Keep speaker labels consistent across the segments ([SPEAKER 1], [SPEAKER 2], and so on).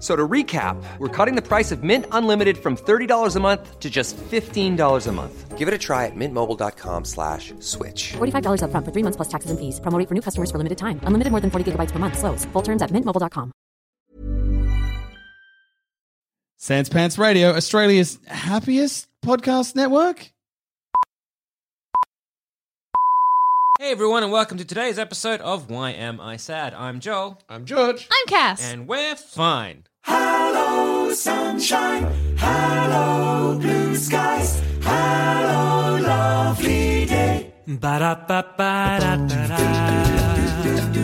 [SPEAKER 1] So to recap, we're cutting the price of Mint Unlimited from $30 a month to just $15 a month. Give it a try at mintmobile.com slash switch.
[SPEAKER 2] $45 up front for three months plus taxes and fees. Promo rate for new customers for limited time. Unlimited more than 40 gigabytes per month. Slows. Full terms at mintmobile.com.
[SPEAKER 3] Sans Pants Radio, Australia's happiest podcast network.
[SPEAKER 4] Hey everyone, and welcome to today's episode of Why Am I Sad? I'm Joel,
[SPEAKER 3] I'm George.
[SPEAKER 5] I'm Cass.
[SPEAKER 4] and we're fine.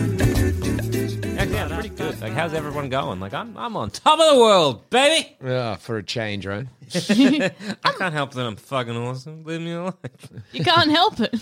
[SPEAKER 4] Hello, sunshine. Hello, blue skies. Hello, lovely day. Ba-da-ba-ba-da-da. Yeah, pretty good. Like, how's everyone going? Like, I'm, I'm on top of the world, baby.
[SPEAKER 6] Ah, for a change, right?
[SPEAKER 4] I can't help that I'm fucking awesome. Leave me alone.
[SPEAKER 5] You can't help it.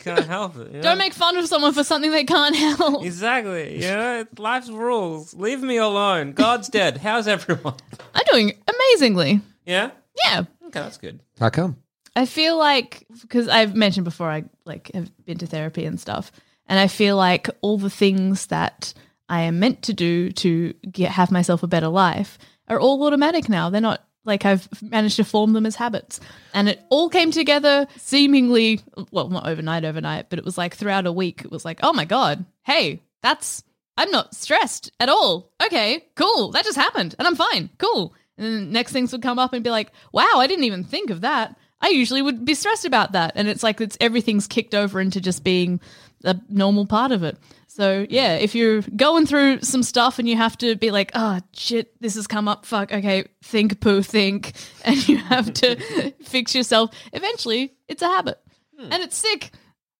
[SPEAKER 4] can't help it. you know?
[SPEAKER 5] Don't make fun of someone for something they can't help.
[SPEAKER 4] Exactly. You know, it's life's rules. Leave me alone. God's dead. How's everyone?
[SPEAKER 5] I'm doing amazingly.
[SPEAKER 4] Yeah?
[SPEAKER 5] Yeah.
[SPEAKER 4] Okay, that's good.
[SPEAKER 6] How come?
[SPEAKER 5] I feel like because I've mentioned before I like have been to therapy and stuff, and I feel like all the things that I am meant to do to get have myself a better life are all automatic now. They're not like I've managed to form them as habits, and it all came together seemingly well, not overnight, overnight, but it was like throughout a week. It was like, oh my god, hey, that's I'm not stressed at all. Okay, cool, that just happened, and I'm fine. Cool. And then next things would come up and be like, wow, I didn't even think of that. I usually would be stressed about that. And it's like it's everything's kicked over into just being a normal part of it. So yeah, if you're going through some stuff and you have to be like, oh shit, this has come up, fuck, okay, think poo think and you have to fix yourself, eventually it's a habit. Hmm. And it's sick.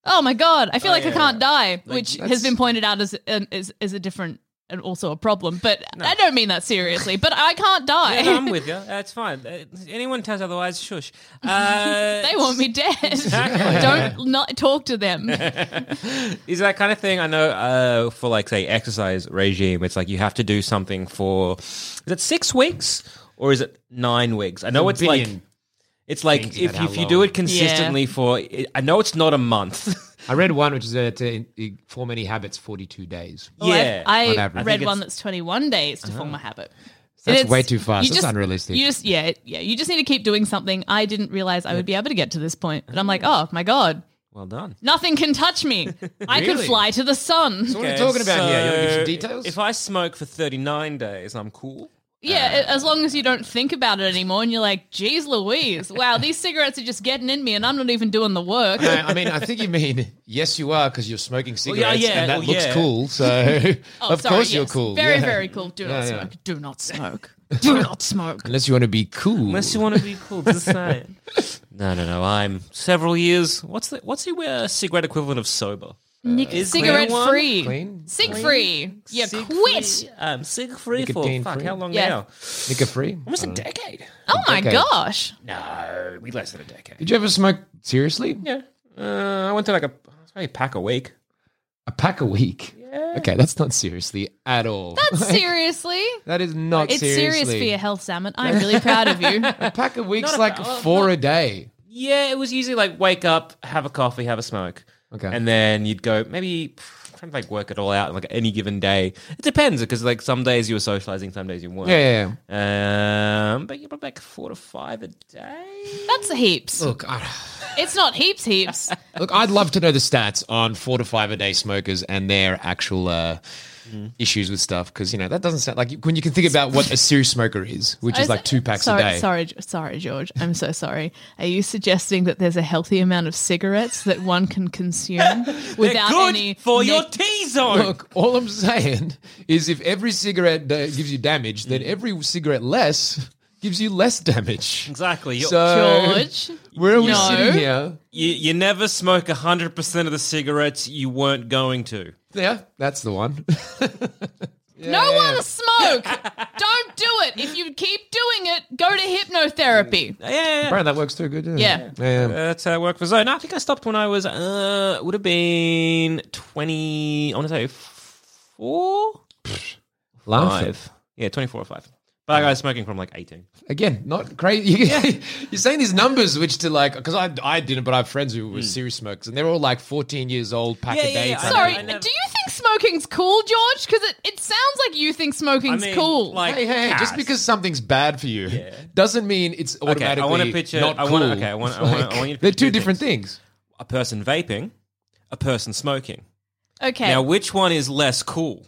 [SPEAKER 5] Oh my god, I feel like I can't die, which has been pointed out as an, is is a different and also a problem. But I don't mean that seriously. But I can't die.
[SPEAKER 4] Yeah, no, I'm with you. That's fine. Uh, Anyone tells otherwise, shush. Uh,
[SPEAKER 5] They want me dead. Don't not talk to them.
[SPEAKER 4] Is that kind of thing? I know uh, for like say exercise regime, it's like you have to do something for is it six weeks or is it nine weeks? I know
[SPEAKER 6] a
[SPEAKER 4] it's like
[SPEAKER 6] billion
[SPEAKER 4] it's like
[SPEAKER 6] things
[SPEAKER 4] if,
[SPEAKER 6] about how
[SPEAKER 4] if you do
[SPEAKER 6] long.
[SPEAKER 4] it consistently for I know it's not a month.
[SPEAKER 6] I read one which is uh, to in- in- form any habits, forty-two days.
[SPEAKER 5] Well, I-
[SPEAKER 4] yeah,
[SPEAKER 5] I,
[SPEAKER 6] on average. I
[SPEAKER 5] read
[SPEAKER 4] think
[SPEAKER 5] one
[SPEAKER 4] it's-
[SPEAKER 5] that's 21 days to form a habit.
[SPEAKER 6] That's
[SPEAKER 5] It's-
[SPEAKER 6] way too fast.
[SPEAKER 5] you
[SPEAKER 6] That's
[SPEAKER 5] just-
[SPEAKER 6] unrealistic.
[SPEAKER 5] You just yeah it- yeah. You just need to keep doing something. I didn't realize I would be able to get to this point, but I'm like, oh my god,
[SPEAKER 4] well done.
[SPEAKER 5] nothing can touch me. I could
[SPEAKER 6] Really?
[SPEAKER 5] fly to the sun.
[SPEAKER 6] So what are you talking about here? You want to give some
[SPEAKER 4] so
[SPEAKER 6] details?
[SPEAKER 4] If I smoke for thirty nine days, I'm cool.
[SPEAKER 5] Yeah,
[SPEAKER 6] Uh,
[SPEAKER 5] as long as you don't think about it anymore, and you're like, geez, Louise, wow, these cigarettes are just getting in me, and I'm not even doing the work.
[SPEAKER 6] No, I mean, I think you mean yes, you are because you're smoking cigarettes
[SPEAKER 4] yeah, yeah,
[SPEAKER 6] and that
[SPEAKER 4] well,
[SPEAKER 6] looks
[SPEAKER 4] yeah.
[SPEAKER 6] cool. So,
[SPEAKER 5] Oh,
[SPEAKER 6] of
[SPEAKER 5] sorry,
[SPEAKER 6] course, you're
[SPEAKER 5] yes.
[SPEAKER 6] cool.
[SPEAKER 5] Very
[SPEAKER 6] yeah.
[SPEAKER 5] very cool. Do not
[SPEAKER 6] Yeah, yeah.
[SPEAKER 5] smoke. Do not smoke. Do not smoke.
[SPEAKER 6] Unless you want to be cool.
[SPEAKER 4] Unless you want to be cool, just saying. No, no, no. I'm several years. What's the what's the uh, cigarette equivalent of sober?
[SPEAKER 5] Nick,
[SPEAKER 4] Is there
[SPEAKER 5] cigarette
[SPEAKER 4] one?
[SPEAKER 5] free.
[SPEAKER 6] Clean?
[SPEAKER 5] Sig free. Yeah,
[SPEAKER 4] Sig
[SPEAKER 5] quit.
[SPEAKER 4] free? I'm sick free for
[SPEAKER 6] Nicotine
[SPEAKER 4] fuck.
[SPEAKER 6] free.
[SPEAKER 4] How long
[SPEAKER 5] Yeah.
[SPEAKER 4] now?
[SPEAKER 6] Nicker free.
[SPEAKER 4] Almost a decade.
[SPEAKER 5] Oh my
[SPEAKER 6] Okay.
[SPEAKER 5] gosh.
[SPEAKER 4] Uh-huh. No, we less than a decade.
[SPEAKER 6] Did you ever smoke seriously?
[SPEAKER 4] Yeah, uh, I went to like a it's maybe a pack a week.
[SPEAKER 6] A pack a week. Okay, that's not seriously at all.
[SPEAKER 5] That's seriously.
[SPEAKER 6] That is not
[SPEAKER 5] It's
[SPEAKER 6] seriously.
[SPEAKER 5] serious for your health, salmon. I'm really proud of you.
[SPEAKER 6] A pack a week's
[SPEAKER 4] Not a-
[SPEAKER 6] like
[SPEAKER 4] oh,
[SPEAKER 6] four a day.
[SPEAKER 4] Yeah, it was usually like wake up, have a coffee, have a smoke.
[SPEAKER 6] Okay.
[SPEAKER 4] And then you'd go maybe pff, trying to like work it all out like any given day. It depends because like some days you were socializing, some days you weren't.
[SPEAKER 6] Yeah, yeah, yeah.
[SPEAKER 4] Um, but you're probably like four to five a day.
[SPEAKER 5] That's heaps.
[SPEAKER 6] Look, I,
[SPEAKER 5] It's not heaps, heaps.
[SPEAKER 6] look, I'd love to know the stats on four to five a day smokers and their actual uh,
[SPEAKER 4] Mm.
[SPEAKER 6] issues with stuff because you know that doesn't sound like when you can think about what a serious smoker is, which is
[SPEAKER 5] I-
[SPEAKER 6] like two packs
[SPEAKER 5] sorry,
[SPEAKER 6] a day.
[SPEAKER 5] Sorry, Ge- sorry, George. I'm so sorry. Are you suggesting that there's a healthy amount of cigarettes that one can consume without
[SPEAKER 4] Good
[SPEAKER 5] any
[SPEAKER 4] for your
[SPEAKER 5] nec-
[SPEAKER 4] T zone.
[SPEAKER 6] Look, all I'm saying is if every cigarette da- gives you damage, then
[SPEAKER 4] Mm.
[SPEAKER 6] every cigarette less gives you less damage.
[SPEAKER 4] Exactly. You're-
[SPEAKER 6] So
[SPEAKER 5] George?
[SPEAKER 6] where are we
[SPEAKER 5] No.
[SPEAKER 6] sitting here?
[SPEAKER 4] You, you never smoke 100% of the cigarettes you weren't going to.
[SPEAKER 6] Yeah, that's the one.
[SPEAKER 5] no one smoke. Don't do it. If you keep doing it, go to
[SPEAKER 4] Mm.
[SPEAKER 5] hypnotherapy.
[SPEAKER 4] Yeah, yeah, yeah.
[SPEAKER 6] Brian, that works too good. Yeah.
[SPEAKER 5] Yeah.
[SPEAKER 6] Yeah.
[SPEAKER 4] Uh, That's how I work for Zone. I think I stopped when I was, uh, would have been 20, I want to say four?
[SPEAKER 6] Laughing.
[SPEAKER 4] Five. Yeah, 24 or five. But I was smoking from like 18.
[SPEAKER 6] Again, not crazy. You're saying these numbers, which to like, because I, I didn't, but I have friends who were serious smokers, and they're all like 14 years old, pack
[SPEAKER 4] Hmm. Yeah,
[SPEAKER 6] a
[SPEAKER 4] yeah,
[SPEAKER 6] day.
[SPEAKER 4] yeah,
[SPEAKER 6] type
[SPEAKER 5] Sorry,
[SPEAKER 4] I never-
[SPEAKER 5] do you think smoking's cool, George? Because it, it sounds like you think smoking's
[SPEAKER 4] I mean,
[SPEAKER 5] cool.
[SPEAKER 4] Like,
[SPEAKER 6] Hey, hey, hey, just
[SPEAKER 4] ah,
[SPEAKER 6] because something's bad for you doesn't mean it's
[SPEAKER 4] I
[SPEAKER 6] automatically
[SPEAKER 4] wanna picture-
[SPEAKER 6] not
[SPEAKER 4] I
[SPEAKER 6] cool.
[SPEAKER 4] wanna- okay, I wanna- I wanna- I want you to
[SPEAKER 6] they're
[SPEAKER 4] picture
[SPEAKER 6] two
[SPEAKER 4] two
[SPEAKER 6] different things.
[SPEAKER 4] a person vaping, a person smoking.
[SPEAKER 5] okay.
[SPEAKER 4] Now, which one is less cool?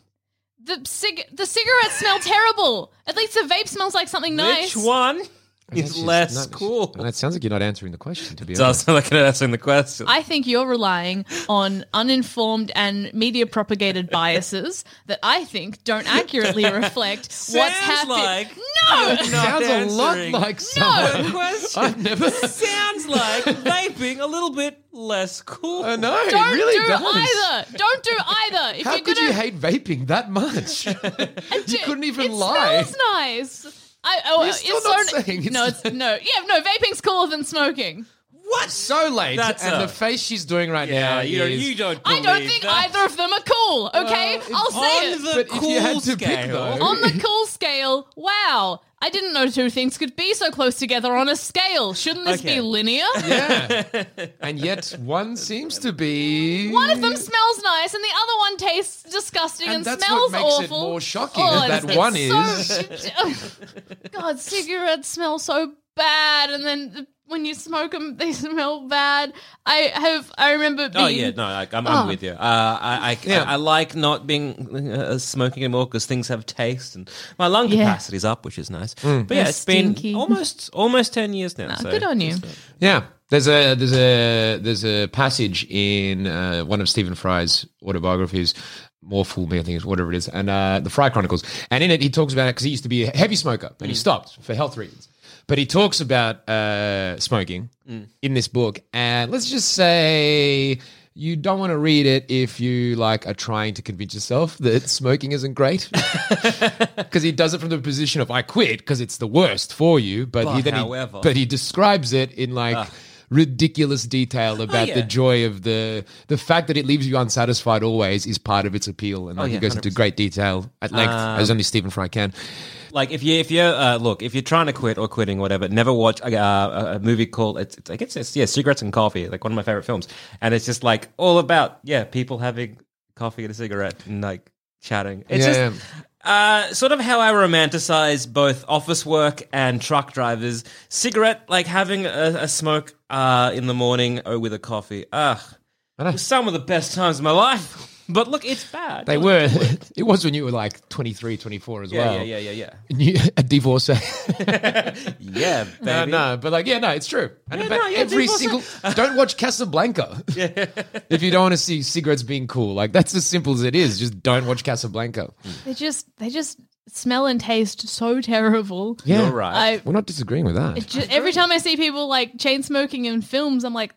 [SPEAKER 5] the cig- the cigarettes smell terrible. At least the vape smells like something nice.
[SPEAKER 4] Which one is
[SPEAKER 6] That's just
[SPEAKER 4] less
[SPEAKER 6] not-
[SPEAKER 4] cool?
[SPEAKER 6] Well, It sounds like you're not answering the question, to be honest.
[SPEAKER 4] Does look at answering the question.
[SPEAKER 5] I think you're relying on uninformed and media propagated biases that I think don't accurately reflect
[SPEAKER 4] Sounds
[SPEAKER 5] what's happening.
[SPEAKER 4] like-
[SPEAKER 5] no,
[SPEAKER 4] You're not
[SPEAKER 6] Sounds a lot
[SPEAKER 4] answering
[SPEAKER 6] like someone.
[SPEAKER 4] the question.
[SPEAKER 6] I've never.
[SPEAKER 4] sounds like vaping a little bit less cool.
[SPEAKER 6] I know. it
[SPEAKER 5] don't
[SPEAKER 6] really
[SPEAKER 5] do
[SPEAKER 6] does.
[SPEAKER 5] either. Don't do either. If
[SPEAKER 6] How
[SPEAKER 5] you're
[SPEAKER 6] could
[SPEAKER 5] gonna,
[SPEAKER 6] you hate vaping that much? you couldn't even
[SPEAKER 5] it
[SPEAKER 6] lie.
[SPEAKER 5] Smells nice. I, oh,
[SPEAKER 6] You're still
[SPEAKER 5] it's
[SPEAKER 6] not
[SPEAKER 5] so,
[SPEAKER 6] saying it's
[SPEAKER 5] no, it's, no, yeah, no. Vaping's cooler than smoking.
[SPEAKER 4] What?
[SPEAKER 6] so late,
[SPEAKER 4] That's
[SPEAKER 6] and
[SPEAKER 4] a-
[SPEAKER 6] the face she's doing right now
[SPEAKER 4] yeah, you,
[SPEAKER 6] is.
[SPEAKER 4] you don't.
[SPEAKER 5] I don't
[SPEAKER 4] believe
[SPEAKER 5] think
[SPEAKER 4] that.
[SPEAKER 5] either of them are cool. Okay,
[SPEAKER 6] it's
[SPEAKER 5] I'll say it.
[SPEAKER 4] On the
[SPEAKER 6] But if you
[SPEAKER 4] cool
[SPEAKER 6] had to pick,
[SPEAKER 4] scale,
[SPEAKER 6] though-
[SPEAKER 5] on the cool scale, wow. I didn't know two things could be so close together on a scale. Shouldn't this
[SPEAKER 4] Okay.
[SPEAKER 5] be linear?
[SPEAKER 6] Yeah. and yet one seems to be.
[SPEAKER 5] One of them smells nice and the other one tastes disgusting and,
[SPEAKER 6] And that's
[SPEAKER 5] smells
[SPEAKER 6] what makes it
[SPEAKER 5] awful. Oh,
[SPEAKER 6] more shocking that
[SPEAKER 5] it's-
[SPEAKER 6] one
[SPEAKER 5] it's so- God, cigarettes smell so bad and then the- when you smoke them they smell bad. I have I remember being
[SPEAKER 4] Oh yeah, no, like, I'm, I'm with you. Uh, I, I,
[SPEAKER 6] Yeah.
[SPEAKER 4] I, I like not being uh, smoking anymore because things have taste, and my lung
[SPEAKER 5] Yeah.
[SPEAKER 4] capacity's up, which is nice. But yeah,
[SPEAKER 5] You're
[SPEAKER 4] it's been
[SPEAKER 5] stinky.
[SPEAKER 4] almost almost ten years now. so
[SPEAKER 5] Good on you.
[SPEAKER 6] Yeah, there's a there's a there's a passage in uh, one of Stephen Fry's autobiographies, more fool me I think is whatever it is, and uh, the Fry Chronicles, and in it he talks about it because he used to be a heavy smoker and he
[SPEAKER 4] Mm.
[SPEAKER 6] stopped for health reasons, but he talks about uh, smoking
[SPEAKER 4] Mm.
[SPEAKER 6] in this book, and let's just say. You don't want to read it if you like are trying to convince yourself that smoking isn't great, because he does it from the position of I quit because it's the worst for you. But, he
[SPEAKER 4] But
[SPEAKER 6] then he-
[SPEAKER 4] however.
[SPEAKER 6] but he describes it in like ridiculous detail about
[SPEAKER 4] Ah. Oh, yeah.
[SPEAKER 6] the joy of the the fact that it leaves you unsatisfied always is part of its appeal, and like,
[SPEAKER 4] Oh, yeah, Ah.
[SPEAKER 6] he goes into great detail at length as only Stephen Fry can.
[SPEAKER 4] Like if you if you uh, look if you're trying to quit or quitting or whatever, never watch uh, a, a movie called it's, it's I guess it's yeah cigarettes and coffee like one of my favorite films, and it's just like all about yeah people having coffee and a cigarette and like chatting. It's
[SPEAKER 6] Yeah,
[SPEAKER 4] just Uh, sort of how I romanticize both office work and truck drivers. Cigarette like having a, a smoke uh, in the morning or with a coffee. Ugh, some of the best times of my life. But look, it's bad.
[SPEAKER 6] They were. It was when you were like 23, 24 as
[SPEAKER 4] Yeah,
[SPEAKER 6] well.
[SPEAKER 4] yeah, yeah, yeah,
[SPEAKER 6] And you- a divorcee.
[SPEAKER 4] yeah, yeah, baby.
[SPEAKER 6] no, no, but like, yeah, no, it's true. And
[SPEAKER 4] Yeah,
[SPEAKER 6] but
[SPEAKER 4] no, yeah,
[SPEAKER 6] every single.
[SPEAKER 4] divorcee.
[SPEAKER 6] don't watch Casablanca if you don't want to see cigarettes being cool. Like that's as simple as it is. Just don't watch Casablanca.
[SPEAKER 5] They just they just smell and taste so terrible.
[SPEAKER 6] Yeah,
[SPEAKER 4] You're right.
[SPEAKER 5] I
[SPEAKER 6] We're not disagreeing with that.
[SPEAKER 5] Ju- every time I see people like chain smoking in films, I'm like,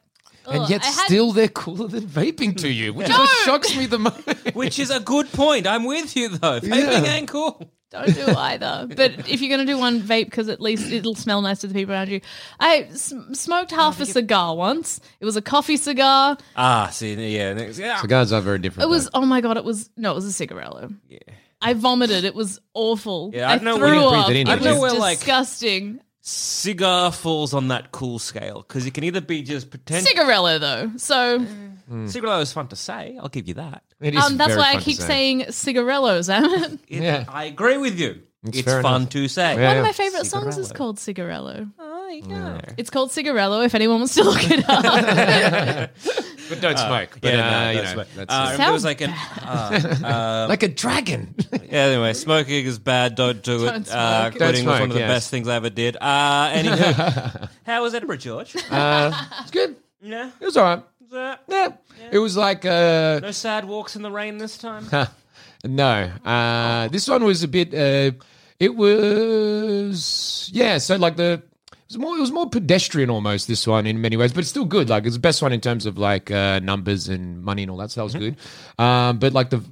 [SPEAKER 6] and
[SPEAKER 5] "Ugh,
[SPEAKER 6] yet
[SPEAKER 5] I had-
[SPEAKER 6] still they're cooler than vaping to you, which is
[SPEAKER 5] No.
[SPEAKER 6] what shocks me the most.
[SPEAKER 4] Which is a good point. I'm with you though. Vaping ain't cool.
[SPEAKER 5] don't do either. But if you're gonna do one vape, because at least it'll smell nice to the people around you. I s- smoked half a cigar once. It was a coffee cigar.
[SPEAKER 4] Ah, see, yeah, next- yeah.
[SPEAKER 6] Cigars are very
[SPEAKER 5] It
[SPEAKER 6] different.
[SPEAKER 5] was oh my god! It was no, it was a cigarello. Yeah. I vomited. It was awful.
[SPEAKER 4] Yeah, I
[SPEAKER 5] I,
[SPEAKER 4] don't know
[SPEAKER 5] threw
[SPEAKER 4] when you
[SPEAKER 6] breathe
[SPEAKER 5] up.
[SPEAKER 6] it in,
[SPEAKER 4] I
[SPEAKER 5] It
[SPEAKER 6] did you?
[SPEAKER 5] was
[SPEAKER 4] don't know where, like-
[SPEAKER 5] disgusting.
[SPEAKER 4] cigar falls on that cool scale because it can either be just pretend.
[SPEAKER 5] Cigarello though, so
[SPEAKER 4] Cigarello is fun to say. I'll give you that.
[SPEAKER 6] though. It is
[SPEAKER 5] um, that's
[SPEAKER 6] very
[SPEAKER 5] why I
[SPEAKER 6] fun to
[SPEAKER 5] keep
[SPEAKER 6] say.
[SPEAKER 5] saying cigarellos. Amit.
[SPEAKER 4] It-
[SPEAKER 6] Yeah.
[SPEAKER 4] I agree with you. It's,
[SPEAKER 6] fair
[SPEAKER 4] fun
[SPEAKER 6] enough.
[SPEAKER 4] to say.
[SPEAKER 6] Yeah.
[SPEAKER 5] One of my favorite songs is
[SPEAKER 4] Cigarello.
[SPEAKER 5] called Cigarello.
[SPEAKER 4] Oh, yeah.
[SPEAKER 5] It's called Cigarello, if anyone wants to look it up.
[SPEAKER 6] but don't smoke. But,
[SPEAKER 4] yeah,
[SPEAKER 6] uh, um,
[SPEAKER 4] no,
[SPEAKER 6] you
[SPEAKER 4] that's
[SPEAKER 6] know,
[SPEAKER 4] right. Uh,
[SPEAKER 6] that's-
[SPEAKER 4] I remember it was
[SPEAKER 5] Sounds
[SPEAKER 4] like an. Uh,
[SPEAKER 6] like a dragon.
[SPEAKER 4] yeah, anyway, smoking is bad. Don't do it.
[SPEAKER 5] Don't smoke.
[SPEAKER 4] Uh,
[SPEAKER 5] Don't
[SPEAKER 4] quitting was one
[SPEAKER 6] smoke,
[SPEAKER 4] of the
[SPEAKER 6] yes.
[SPEAKER 4] best things I ever did. Uh, anywho, how was Edinburgh, George?
[SPEAKER 6] it's good.
[SPEAKER 4] yeah.
[SPEAKER 6] It was all right.
[SPEAKER 4] Uh,
[SPEAKER 6] Yeah. It was like uh,
[SPEAKER 4] no sad walks in the rain this time.
[SPEAKER 6] No, uh, this one was a bit. Uh, it was yeah. So like the it was more it was more pedestrian almost this one in many ways, but it's still good. Like it's the best one in terms of like uh, numbers and money and all that. So that was good. Um, but like the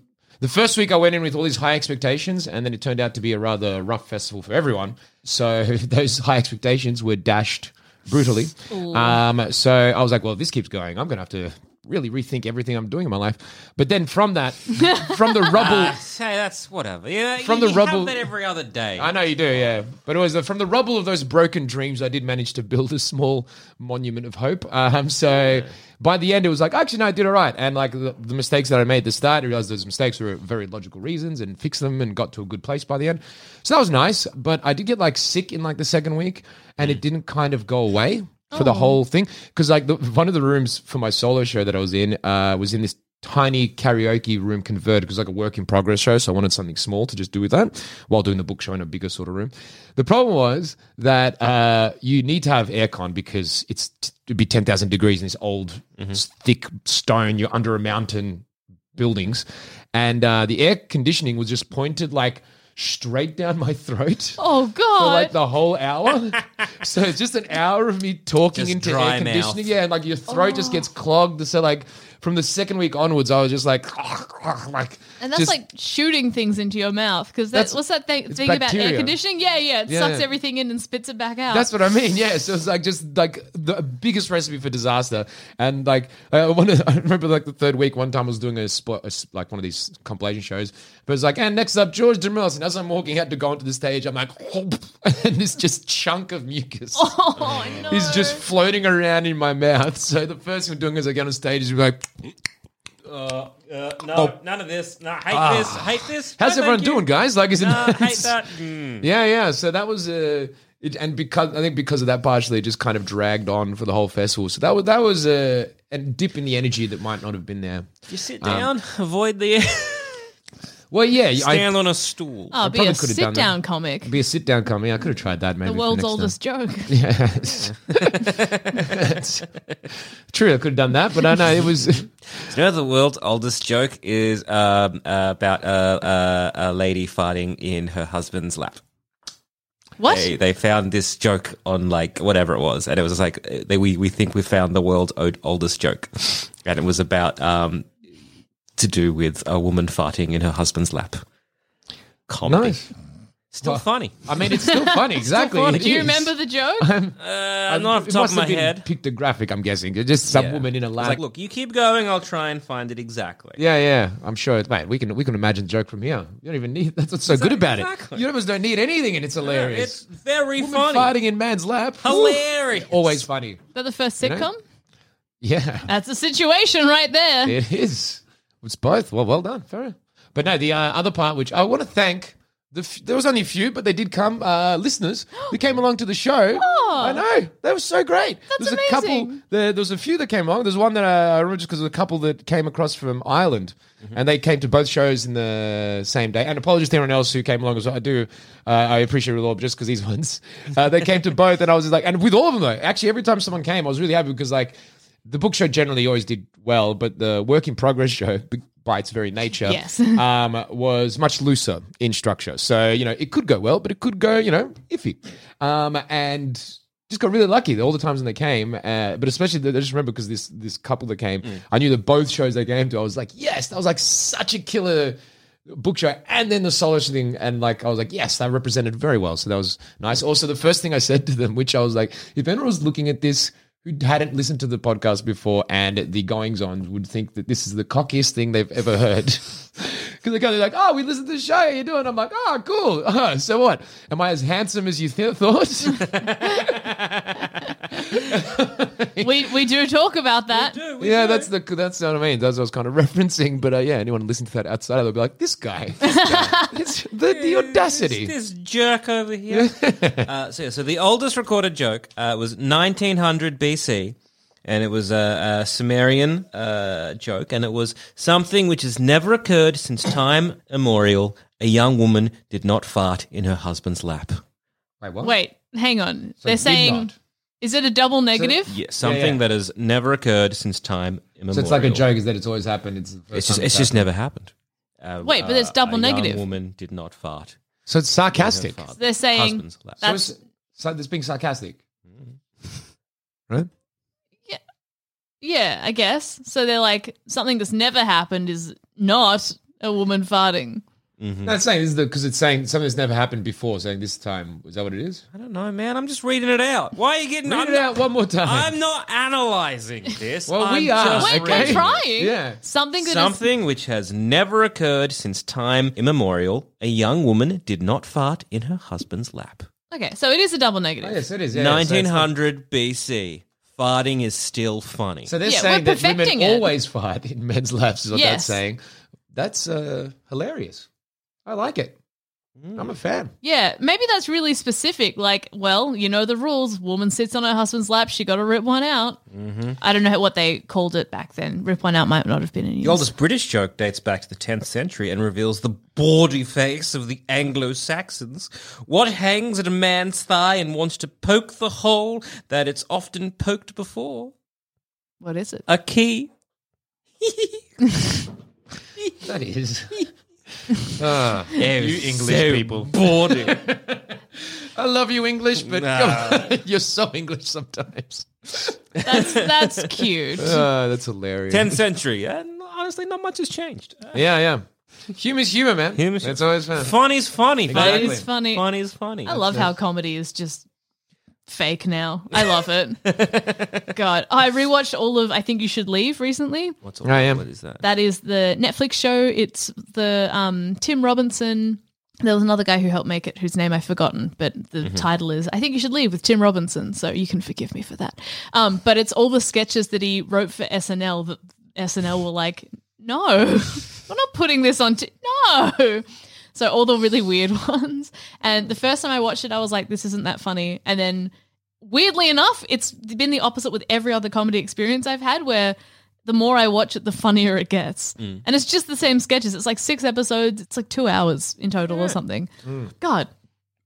[SPEAKER 6] the first week I went in with all these high expectations, and then it turned out to be a rather rough festival for everyone. So those high expectations were dashed brutally. Um, so I was like, well, if this keeps going, I'm gonna have to. Really rethink everything I'm doing in my life, but then from that, from the rubble,
[SPEAKER 4] Uh, Say that's whatever. Yeah,
[SPEAKER 6] From
[SPEAKER 4] you
[SPEAKER 6] the
[SPEAKER 4] have
[SPEAKER 6] rubble-
[SPEAKER 4] that every other day.
[SPEAKER 6] I know you do, yeah. But it was uh, from the rubble of those broken dreams, I did manage to build a small monument of hope. Um, so by the end, it was like, actually, no, I did all right. And like the, the mistakes that I made at the start, I realized those mistakes were very logical reasons and fixed them and got to a good place by the end. So that was nice. But I did get like sick in like the second week and it didn't kind of go away for the whole thing. Cause like the, one of the rooms for my solo show that I was in uh, was in this tiny karaoke room converted because like a work in progress show so i wanted something small to just do with that while doing the book show in a bigger sort of room the problem was that uh, you need to have aircon because it's t- it'd be 10000 degrees in this old s- thick stone you're under a mountain buildings and uh, the air conditioning was just pointed like straight down my throat
[SPEAKER 5] Oh
[SPEAKER 6] for
[SPEAKER 5] god.
[SPEAKER 6] like the whole hour. so it's just an hour of me talking
[SPEAKER 4] Just
[SPEAKER 6] into
[SPEAKER 4] dry
[SPEAKER 6] air
[SPEAKER 4] mouth.
[SPEAKER 6] conditioning. Yeah, and like your throat just
[SPEAKER 5] Oh.
[SPEAKER 6] gets clogged. So like from the second week onwards, I was just like, like
[SPEAKER 5] and that's
[SPEAKER 6] just-
[SPEAKER 5] like shooting things into your mouth because that's
[SPEAKER 6] That's-
[SPEAKER 5] what's that thing,
[SPEAKER 6] it's
[SPEAKER 5] thing about air
[SPEAKER 6] bacteria.
[SPEAKER 5] conditioning? Yeah, yeah, it
[SPEAKER 6] Yeah,
[SPEAKER 5] sucks
[SPEAKER 6] yeah.
[SPEAKER 5] everything in and spits it back out.
[SPEAKER 6] That's what I mean. Yeah. So it's like just like the biggest recipe for disaster. And like I wanted, I remember like the third week. One time I was doing a spot, a s- like one of these compilation shows. But it's like, and next up, George Demills. And as I'm walking out to go onto the stage, I'm like, and this just chunk of mucus.
[SPEAKER 5] oh no.
[SPEAKER 6] is just floating around in my mouth. So the first thing I'm doing as I get on stage is like,
[SPEAKER 4] Uh, Ah. no, none of this. No, hate this. Hate this.
[SPEAKER 6] "How's
[SPEAKER 4] No,
[SPEAKER 6] everyone
[SPEAKER 4] thank you.
[SPEAKER 6] doing, guys?" Like, is it?
[SPEAKER 4] No, hate
[SPEAKER 6] nice?
[SPEAKER 4] that. Mm.
[SPEAKER 6] Yeah, yeah. So that was uh, it, and because I think because of that, partially it just kind of dragged on for the whole festival. So that was that was uh, a dip in the energy that might not have been there.
[SPEAKER 4] You sit down. avoid the.
[SPEAKER 6] Well, yeah,
[SPEAKER 4] stand on a stool.
[SPEAKER 5] oh, be
[SPEAKER 6] probably
[SPEAKER 5] a
[SPEAKER 6] could've done
[SPEAKER 5] sit down
[SPEAKER 6] that.
[SPEAKER 5] comic.
[SPEAKER 6] I be a sit down comedy. I could have tried that maybe.
[SPEAKER 5] the
[SPEAKER 6] for
[SPEAKER 5] world's
[SPEAKER 6] next time.
[SPEAKER 5] oldest joke.
[SPEAKER 6] True, I could have done that, but I know it was.
[SPEAKER 4] You know the world's oldest joke is um, uh, about uh, uh, a lady farting in her husband's lap.
[SPEAKER 5] What?
[SPEAKER 4] They, they found this joke on like whatever it was, and it was just like uh, they, we we think we found the world's o- oldest joke, and it was about um, to do with a woman farting in her husband's lap. Comedy,
[SPEAKER 6] Nice.
[SPEAKER 4] still funny.
[SPEAKER 6] I mean, it's still funny. Exactly.
[SPEAKER 4] funny.
[SPEAKER 6] It
[SPEAKER 5] Do you
[SPEAKER 6] is.
[SPEAKER 5] remember the joke?
[SPEAKER 4] Uh, not off the
[SPEAKER 6] It
[SPEAKER 4] top
[SPEAKER 6] must
[SPEAKER 4] of
[SPEAKER 6] have
[SPEAKER 4] my
[SPEAKER 6] been
[SPEAKER 4] head.
[SPEAKER 6] Pictographic, I'm guessing. Just some
[SPEAKER 4] Yeah.
[SPEAKER 6] woman in a
[SPEAKER 4] It's
[SPEAKER 6] lab.
[SPEAKER 4] like, look, you keep going. I'll try and find it exactly.
[SPEAKER 6] Yeah, yeah, I'm sure. It, mate, we can we can imagine the joke from here. You don't even need. That's what's so good about
[SPEAKER 4] exactly.
[SPEAKER 6] it. You almost don't need anything, and it's
[SPEAKER 4] It's
[SPEAKER 6] hilarious.
[SPEAKER 4] very
[SPEAKER 6] Woman
[SPEAKER 4] funny.
[SPEAKER 6] fighting in man's lap.
[SPEAKER 4] Hilarious.
[SPEAKER 6] Woo! Always funny.
[SPEAKER 5] But the first
[SPEAKER 6] know?
[SPEAKER 5] sitcom?
[SPEAKER 6] Yeah,
[SPEAKER 5] That's a situation right there.
[SPEAKER 6] it is. It's both. Well, well done, Farah. But no, the uh, other part, which I want to thank. The f- there was only a few, but they did come. Uh, listeners who came along to the show.
[SPEAKER 5] Oh.
[SPEAKER 6] I know that was so great.
[SPEAKER 5] That's
[SPEAKER 6] there was a couple.
[SPEAKER 5] amazing.
[SPEAKER 6] There, there was a few that came along. There's one that uh, I remember just because of a couple that came across from Ireland, and they came to both shows in the same day. And apologies to anyone else who came along as well. I do. Uh, I appreciate it all, but just because these ones, uh, they came to both, and I was just like, and with all of them though. Actually, every time someone came, I was really happy because like the book show generally always did well, but the work in progress show. b- By its very nature,
[SPEAKER 5] Yes.
[SPEAKER 6] um, was much looser in structure. So, you know, it could go well, but it could go, you know, iffy. Um, and just got really lucky all the times when they came. Uh, but especially, the, I just remember because this, this couple that came, I knew that both shows they came to, I was like, yes, that was like such a killer book show and then the solo thing and like I was like yes that represented very well so that was nice also the first thing I said to them which I was like if anyone was looking at this who hadn't listened to the podcast before and the goings on would think that this is the cockiest thing they've ever heard because they go they're like oh we listened to the show how you doing I'm like oh cool uh, so what am I as handsome as you th- thought
[SPEAKER 5] We we do talk about that.
[SPEAKER 6] yeah that's the that's what I mean that's what I was kind of referencing but uh, yeah anyone listening to that outside they'll be like this guy, this guy. It's- the, the audacity
[SPEAKER 4] This jerk over here. uh, so, yeah, so the oldest recorded joke uh, was 1900 BC, and it was a, a Sumerian uh, joke, and it was something which has never occurred since time immemorial. A young woman did not fart in her husband's lap.
[SPEAKER 6] Wait, what?
[SPEAKER 5] Wait, hang on.
[SPEAKER 6] So
[SPEAKER 5] They're
[SPEAKER 6] did
[SPEAKER 5] saying,
[SPEAKER 6] not.
[SPEAKER 5] is it a double negative?
[SPEAKER 4] Yeah, something that has never occurred since time immemorial.
[SPEAKER 6] So it's like a joke is that it's always happened. It's, the first
[SPEAKER 4] It's just,
[SPEAKER 6] time
[SPEAKER 4] it's just
[SPEAKER 6] happened.
[SPEAKER 4] never happened. Uh,
[SPEAKER 5] Wait, but it's double
[SPEAKER 4] a young
[SPEAKER 5] negative.
[SPEAKER 4] woman did not fart.
[SPEAKER 6] So it's
[SPEAKER 4] in her
[SPEAKER 6] sarcastic.
[SPEAKER 4] father's-
[SPEAKER 5] They're saying
[SPEAKER 4] husband's lap.
[SPEAKER 6] So
[SPEAKER 5] that's-
[SPEAKER 6] it's, so it's being sarcastic. Right?
[SPEAKER 5] Yeah, I guess. So they're like, something that's never happened is not a woman farting.
[SPEAKER 4] Mm-hmm.
[SPEAKER 6] No, it's saying this is because it's saying something that's never happened before. Saying this time is that what it is?
[SPEAKER 4] I don't know, man. I'm just reading it out. Why are you getting?
[SPEAKER 6] Read
[SPEAKER 4] I'm
[SPEAKER 6] it
[SPEAKER 4] not-
[SPEAKER 6] out one more time.
[SPEAKER 4] I'm not analyzing this.
[SPEAKER 6] Well, we
[SPEAKER 4] I'm
[SPEAKER 6] are,
[SPEAKER 4] just
[SPEAKER 5] Wait,
[SPEAKER 6] okay.
[SPEAKER 5] they're
[SPEAKER 4] reading
[SPEAKER 5] trying.
[SPEAKER 6] Yeah.
[SPEAKER 5] Something that is
[SPEAKER 4] Something which has never occurred since time immemorial. A young woman did not fart in her husband's lap.
[SPEAKER 5] Okay, so it is a double
[SPEAKER 6] Oh,
[SPEAKER 5] negative.
[SPEAKER 6] yes, it is. yeah, yeah. So it's-
[SPEAKER 4] 1900 BC. Farting is still funny.
[SPEAKER 6] So they're
[SPEAKER 5] Yeah,
[SPEAKER 6] saying
[SPEAKER 5] we're
[SPEAKER 6] that women
[SPEAKER 5] perfecting it.
[SPEAKER 6] always fight in men's laps is what
[SPEAKER 5] Yes.
[SPEAKER 6] that's saying. That's uh, hilarious. I like it.
[SPEAKER 4] Mm.
[SPEAKER 6] I'm a fan.
[SPEAKER 5] Yeah, maybe that's really specific. Like, well, you know the rules. Woman sits on her husband's lap. She got to rip one out.
[SPEAKER 6] Mm-hmm.
[SPEAKER 5] I don't know what they called it back then. Rip one out might not have been in use.
[SPEAKER 4] the oldest British joke dates back to the 10th century and reveals the bawdy face of the Anglo Saxons. What hangs at a man's thigh and wants to poke the hole that it's often poked before?
[SPEAKER 5] what is it?
[SPEAKER 4] A key.
[SPEAKER 6] That is. Ah,
[SPEAKER 4] You English people. Boarding.
[SPEAKER 6] I love you, English, but come on, you're so English sometimes.
[SPEAKER 5] That's that's cute.
[SPEAKER 6] Ah, that's hilarious.
[SPEAKER 4] 10th century. And honestly, not much has changed. Uh,
[SPEAKER 6] Yeah, yeah. Humor's humor, man.
[SPEAKER 4] Humor's-
[SPEAKER 6] It's always fun.
[SPEAKER 4] Funny's funny.
[SPEAKER 5] That
[SPEAKER 6] Exactly.
[SPEAKER 5] is funny.
[SPEAKER 4] Funny's funny.
[SPEAKER 5] I love how comedy is just fake now. I love it. God, I rewatched all of I think you should leave recently.
[SPEAKER 4] What's
[SPEAKER 6] I am.
[SPEAKER 4] What is that?
[SPEAKER 5] That is the Netflix show. It's the um, Tim Robinson. There was another guy who helped make it, whose name I've forgotten, but the title is "I Think You Should Leave" with Tim Robinson. So you can forgive me for that. Um, but it's all the sketches that he wrote for SNL that SNL were like, "No, we're not putting this on." T- no. So all the really weird ones. And the first time I watched it, I was like, "This isn't that funny." And then weirdly enough, it's been the opposite with every other comedy experience I've had where the more I watch it, the funnier it gets. And it's just the same sketches. It's like six episodes, it's like two hours in total or something. God.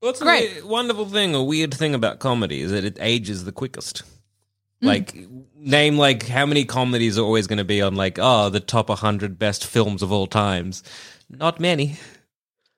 [SPEAKER 4] What's a
[SPEAKER 5] Great.
[SPEAKER 4] weird- wonderful thing, a weird thing about comedy is that it ages the quickest. Like, name like how many comedies are always going to be on like oh the top 100 best films of all times. Not many.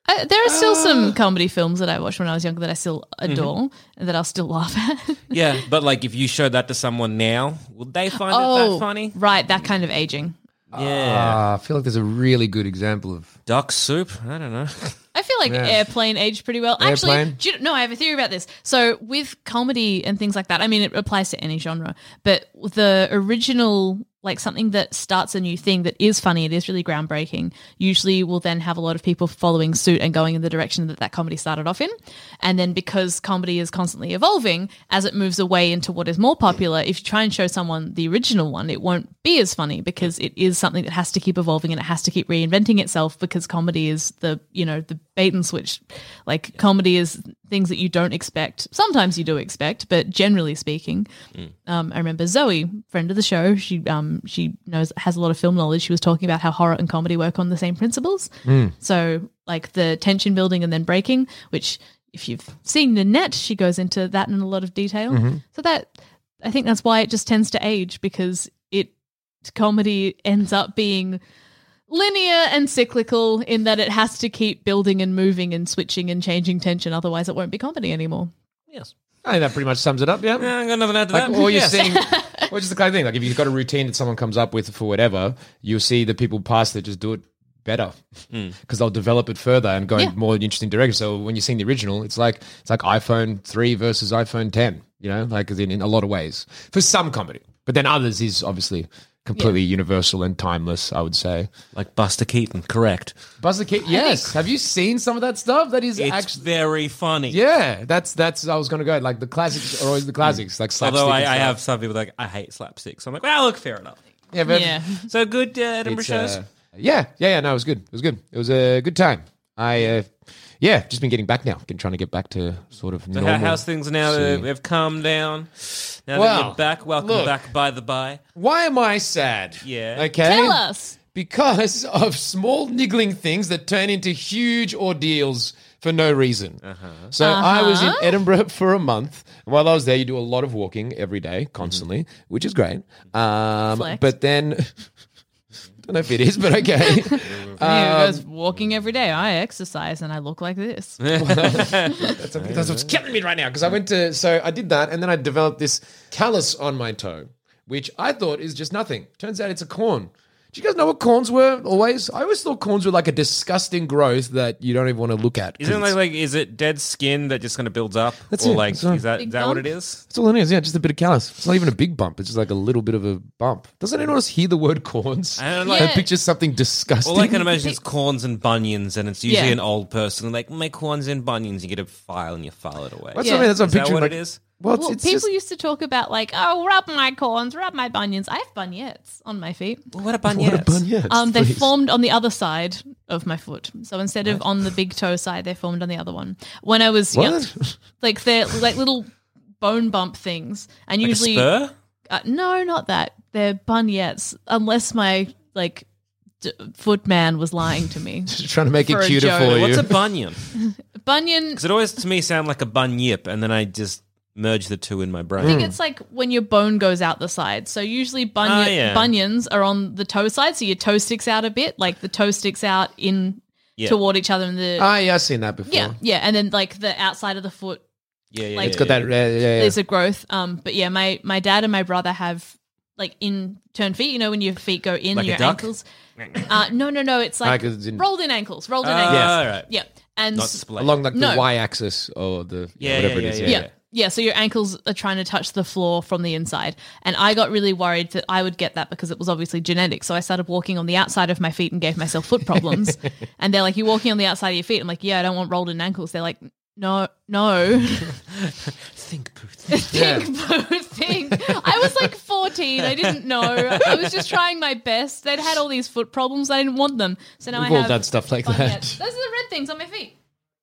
[SPEAKER 5] I, there are still some comedy films that I watched when I was younger that I still adore and that I'll still laugh at.
[SPEAKER 4] Yeah, but like if you showed that to someone now, would they find it
[SPEAKER 5] Oh.
[SPEAKER 4] that funny?
[SPEAKER 5] right. That kind of aging.
[SPEAKER 4] Yeah,
[SPEAKER 6] Ah, I feel like there's a really good example of.
[SPEAKER 4] duck soup. I don't know.
[SPEAKER 5] I feel like
[SPEAKER 6] Yeah.
[SPEAKER 5] airplane aged pretty well. Actually,
[SPEAKER 6] Airplane?
[SPEAKER 5] do you, no, I have a theory about this. So with comedy and things like that, I mean, it applies to any genre, but the original, like something that starts a new thing that is funny, it is really groundbreaking, usually will then have a lot of people following suit and going in the direction that that comedy started off in. And then because comedy is constantly evolving, as it moves away into what is more popular, if you try and show someone the original one, it won't be as funny because it is something that has to keep evolving and it has to keep reinventing itself because comedy is the, you know, the bait and switch. Like comedy is things that you don't expect. Sometimes you do expect, but generally speaking, um, I remember Zoe, friend of the show, she um she knows has a lot of film knowledge. She was talking about how horror and comedy work on the same principles. So like the tension building and then breaking, which if you've seen Nanette, she goes into that in a lot of detail.
[SPEAKER 6] Mm-hmm.
[SPEAKER 5] So that I think that's why it just tends to age because it comedy ends up being linear and cyclical in that it has to keep building and moving and switching and changing tension. Otherwise, it won't be comedy anymore.
[SPEAKER 4] yes.
[SPEAKER 6] I think that pretty much sums it up. Yeah.
[SPEAKER 4] Yeah, I got nothing to add to
[SPEAKER 6] Like
[SPEAKER 4] that.
[SPEAKER 6] all you're
[SPEAKER 4] Yes.
[SPEAKER 6] seeing, which is the kind of thing. Like if you've got a routine that someone comes up with for whatever, you'll see the people past that just do it better because
[SPEAKER 4] Hmm.
[SPEAKER 6] they'll develop it further and go
[SPEAKER 5] Yeah.
[SPEAKER 6] in more interesting directions. So when you're seeing the original, it's like it's like iPhone three versus iPhone ten. You know, like in, in a lot of ways for some comedy, but then others is obviously completely universal and timeless. I would say.
[SPEAKER 4] like Buster Keaton, correct.
[SPEAKER 6] Buzz the Kid, yes. Have you seen some of that stuff? That is
[SPEAKER 4] It's
[SPEAKER 6] actually.
[SPEAKER 4] very funny.
[SPEAKER 6] Yeah, that's that's I was gonna go like the classics are always the classics like slapstick
[SPEAKER 4] Although I,
[SPEAKER 6] and
[SPEAKER 4] I
[SPEAKER 6] stuff.
[SPEAKER 4] have some people like I hate slapstick, so I'm like, well, look, fair enough.
[SPEAKER 6] yeah, but
[SPEAKER 5] Yeah.
[SPEAKER 4] So good uh, Edinburgh
[SPEAKER 6] It's,
[SPEAKER 4] shows.
[SPEAKER 6] uh, yeah, yeah, yeah. No, it was good. It was good. It was a good time. I, uh, yeah, just been getting back now. Been trying to get back to sort of
[SPEAKER 4] So
[SPEAKER 6] normal.
[SPEAKER 4] how, how's things now?
[SPEAKER 6] See.
[SPEAKER 4] that They've calmed down. Now that
[SPEAKER 6] Well,
[SPEAKER 4] you're back, welcome
[SPEAKER 6] look.
[SPEAKER 4] back. By the by,
[SPEAKER 6] Why am I sad?
[SPEAKER 4] Yeah.
[SPEAKER 6] Okay.
[SPEAKER 5] Tell us.
[SPEAKER 6] Because of small niggling things that turn into huge ordeals for no reason. So I was in Edinburgh for a month. And While I was there, you do a lot of walking every day, constantly, which is great. Um,
[SPEAKER 5] Flex.
[SPEAKER 6] but then, don't know if it is, but
[SPEAKER 5] Yeah,
[SPEAKER 6] okay.
[SPEAKER 5] it goes
[SPEAKER 6] Um,
[SPEAKER 5] walking every day. I exercise and I look like this.
[SPEAKER 6] that's, that's what's killing me right now because I went to so I did that and then I developed this callus on my toe, which I thought is just nothing. Turns out it's a corn. Do you guys know what corns were? Always, I always thought corns were like a disgusting growth that you don't even want to look at.
[SPEAKER 4] isn't it like
[SPEAKER 6] It's-
[SPEAKER 4] like is it dead skin that just kind of builds up,
[SPEAKER 6] That's
[SPEAKER 4] or
[SPEAKER 6] it.
[SPEAKER 4] like
[SPEAKER 6] That's right.
[SPEAKER 4] is that
[SPEAKER 5] Big
[SPEAKER 4] is that what it
[SPEAKER 5] bump.
[SPEAKER 4] is?
[SPEAKER 6] That's all it is. Yeah, just a bit of callus. It's not even a big bump. It's just like a little bit of a bump. Doesn't anyone else hear the word corns?
[SPEAKER 4] I don't
[SPEAKER 5] Yeah.
[SPEAKER 4] like.
[SPEAKER 6] That picture's something disgusting.
[SPEAKER 4] All I can imagine is corns and bunions, and it's usually
[SPEAKER 5] Yeah.
[SPEAKER 4] an old person like my corns and bunions. You get a file and you file it away.
[SPEAKER 6] That's
[SPEAKER 5] Yeah.
[SPEAKER 6] what I mean. That's what
[SPEAKER 4] Is
[SPEAKER 6] I'm
[SPEAKER 4] that
[SPEAKER 6] picturing.
[SPEAKER 4] what
[SPEAKER 6] like,
[SPEAKER 4] it is?
[SPEAKER 6] Well, it's,
[SPEAKER 5] Well,
[SPEAKER 6] it's
[SPEAKER 5] people
[SPEAKER 6] just,
[SPEAKER 5] used to talk about like, oh, rub my corns, rub my bunions. I have bunyettes on my feet.
[SPEAKER 4] Well, what a
[SPEAKER 6] what
[SPEAKER 4] bunion!
[SPEAKER 6] a bunyats,
[SPEAKER 5] Um, they
[SPEAKER 6] please.
[SPEAKER 5] formed on the other side of my foot. So instead of on the big toe side, they formed on the other one. When I was young,
[SPEAKER 6] What?
[SPEAKER 5] like they're like little bone bump things, and
[SPEAKER 4] Like a
[SPEAKER 5] usually
[SPEAKER 4] spur?
[SPEAKER 5] Uh, no, not that. They're bunyettes. Unless my like d- footman was lying to me.
[SPEAKER 6] Just trying to make
[SPEAKER 5] For
[SPEAKER 6] it
[SPEAKER 5] a
[SPEAKER 6] cuter
[SPEAKER 5] joke.
[SPEAKER 6] for you.
[SPEAKER 4] What's a bunion?
[SPEAKER 5] Bunion.
[SPEAKER 4] Because it always to me sound like a bunyip, and then I just merge the two in my brain.
[SPEAKER 5] I
[SPEAKER 6] Hmm.
[SPEAKER 5] think it's like when your bone goes out the side. So usually bunyo-
[SPEAKER 4] Ah, yeah.
[SPEAKER 5] bunions are on the toe side, so your toe sticks out a bit, like the toe sticks out in
[SPEAKER 4] Yeah.
[SPEAKER 5] toward each other. And the
[SPEAKER 6] Ah, yeah, I've seen that before.
[SPEAKER 5] yeah, yeah, and then like the outside of the foot
[SPEAKER 4] yeah, yeah,
[SPEAKER 5] like-
[SPEAKER 6] It's got that. Uh, yeah, yeah.
[SPEAKER 5] there's a growth. Um, but yeah, my my dad and my brother have like in turn feet. You know when your feet go in,
[SPEAKER 4] Like a
[SPEAKER 5] your
[SPEAKER 4] duck?
[SPEAKER 5] ankles. Uh, no, no, no. It's like
[SPEAKER 6] 'cause it's in-
[SPEAKER 5] rolled in ankles, rolled in
[SPEAKER 4] Ah,
[SPEAKER 5] ankles.
[SPEAKER 4] all right.
[SPEAKER 5] Yeah, and
[SPEAKER 4] Not
[SPEAKER 5] s-
[SPEAKER 4] split.
[SPEAKER 6] along like
[SPEAKER 5] No.
[SPEAKER 6] the y-axis or the
[SPEAKER 4] Yeah,
[SPEAKER 6] whatever
[SPEAKER 4] yeah,
[SPEAKER 6] it is.
[SPEAKER 4] yeah,
[SPEAKER 6] Yeah,
[SPEAKER 5] yeah. yeah. so your ankles are trying to touch the floor from the inside. And I got really worried that I would get that because it was obviously genetic. So I started walking on the outside of my feet and gave myself foot problems. and they're like, You're walking on the outside of your feet. I'm like, Yeah, I don't want rolled in ankles. They're like, No, no.
[SPEAKER 4] think booth.
[SPEAKER 5] think, boo, think. I was like 14. I didn't know. I was just trying my best. They'd had all these foot problems. I didn't want them. So now
[SPEAKER 6] We've
[SPEAKER 5] I
[SPEAKER 6] all
[SPEAKER 5] have
[SPEAKER 6] done stuff like
[SPEAKER 5] bunyettes.
[SPEAKER 6] that.
[SPEAKER 5] Those are the red things on my feet.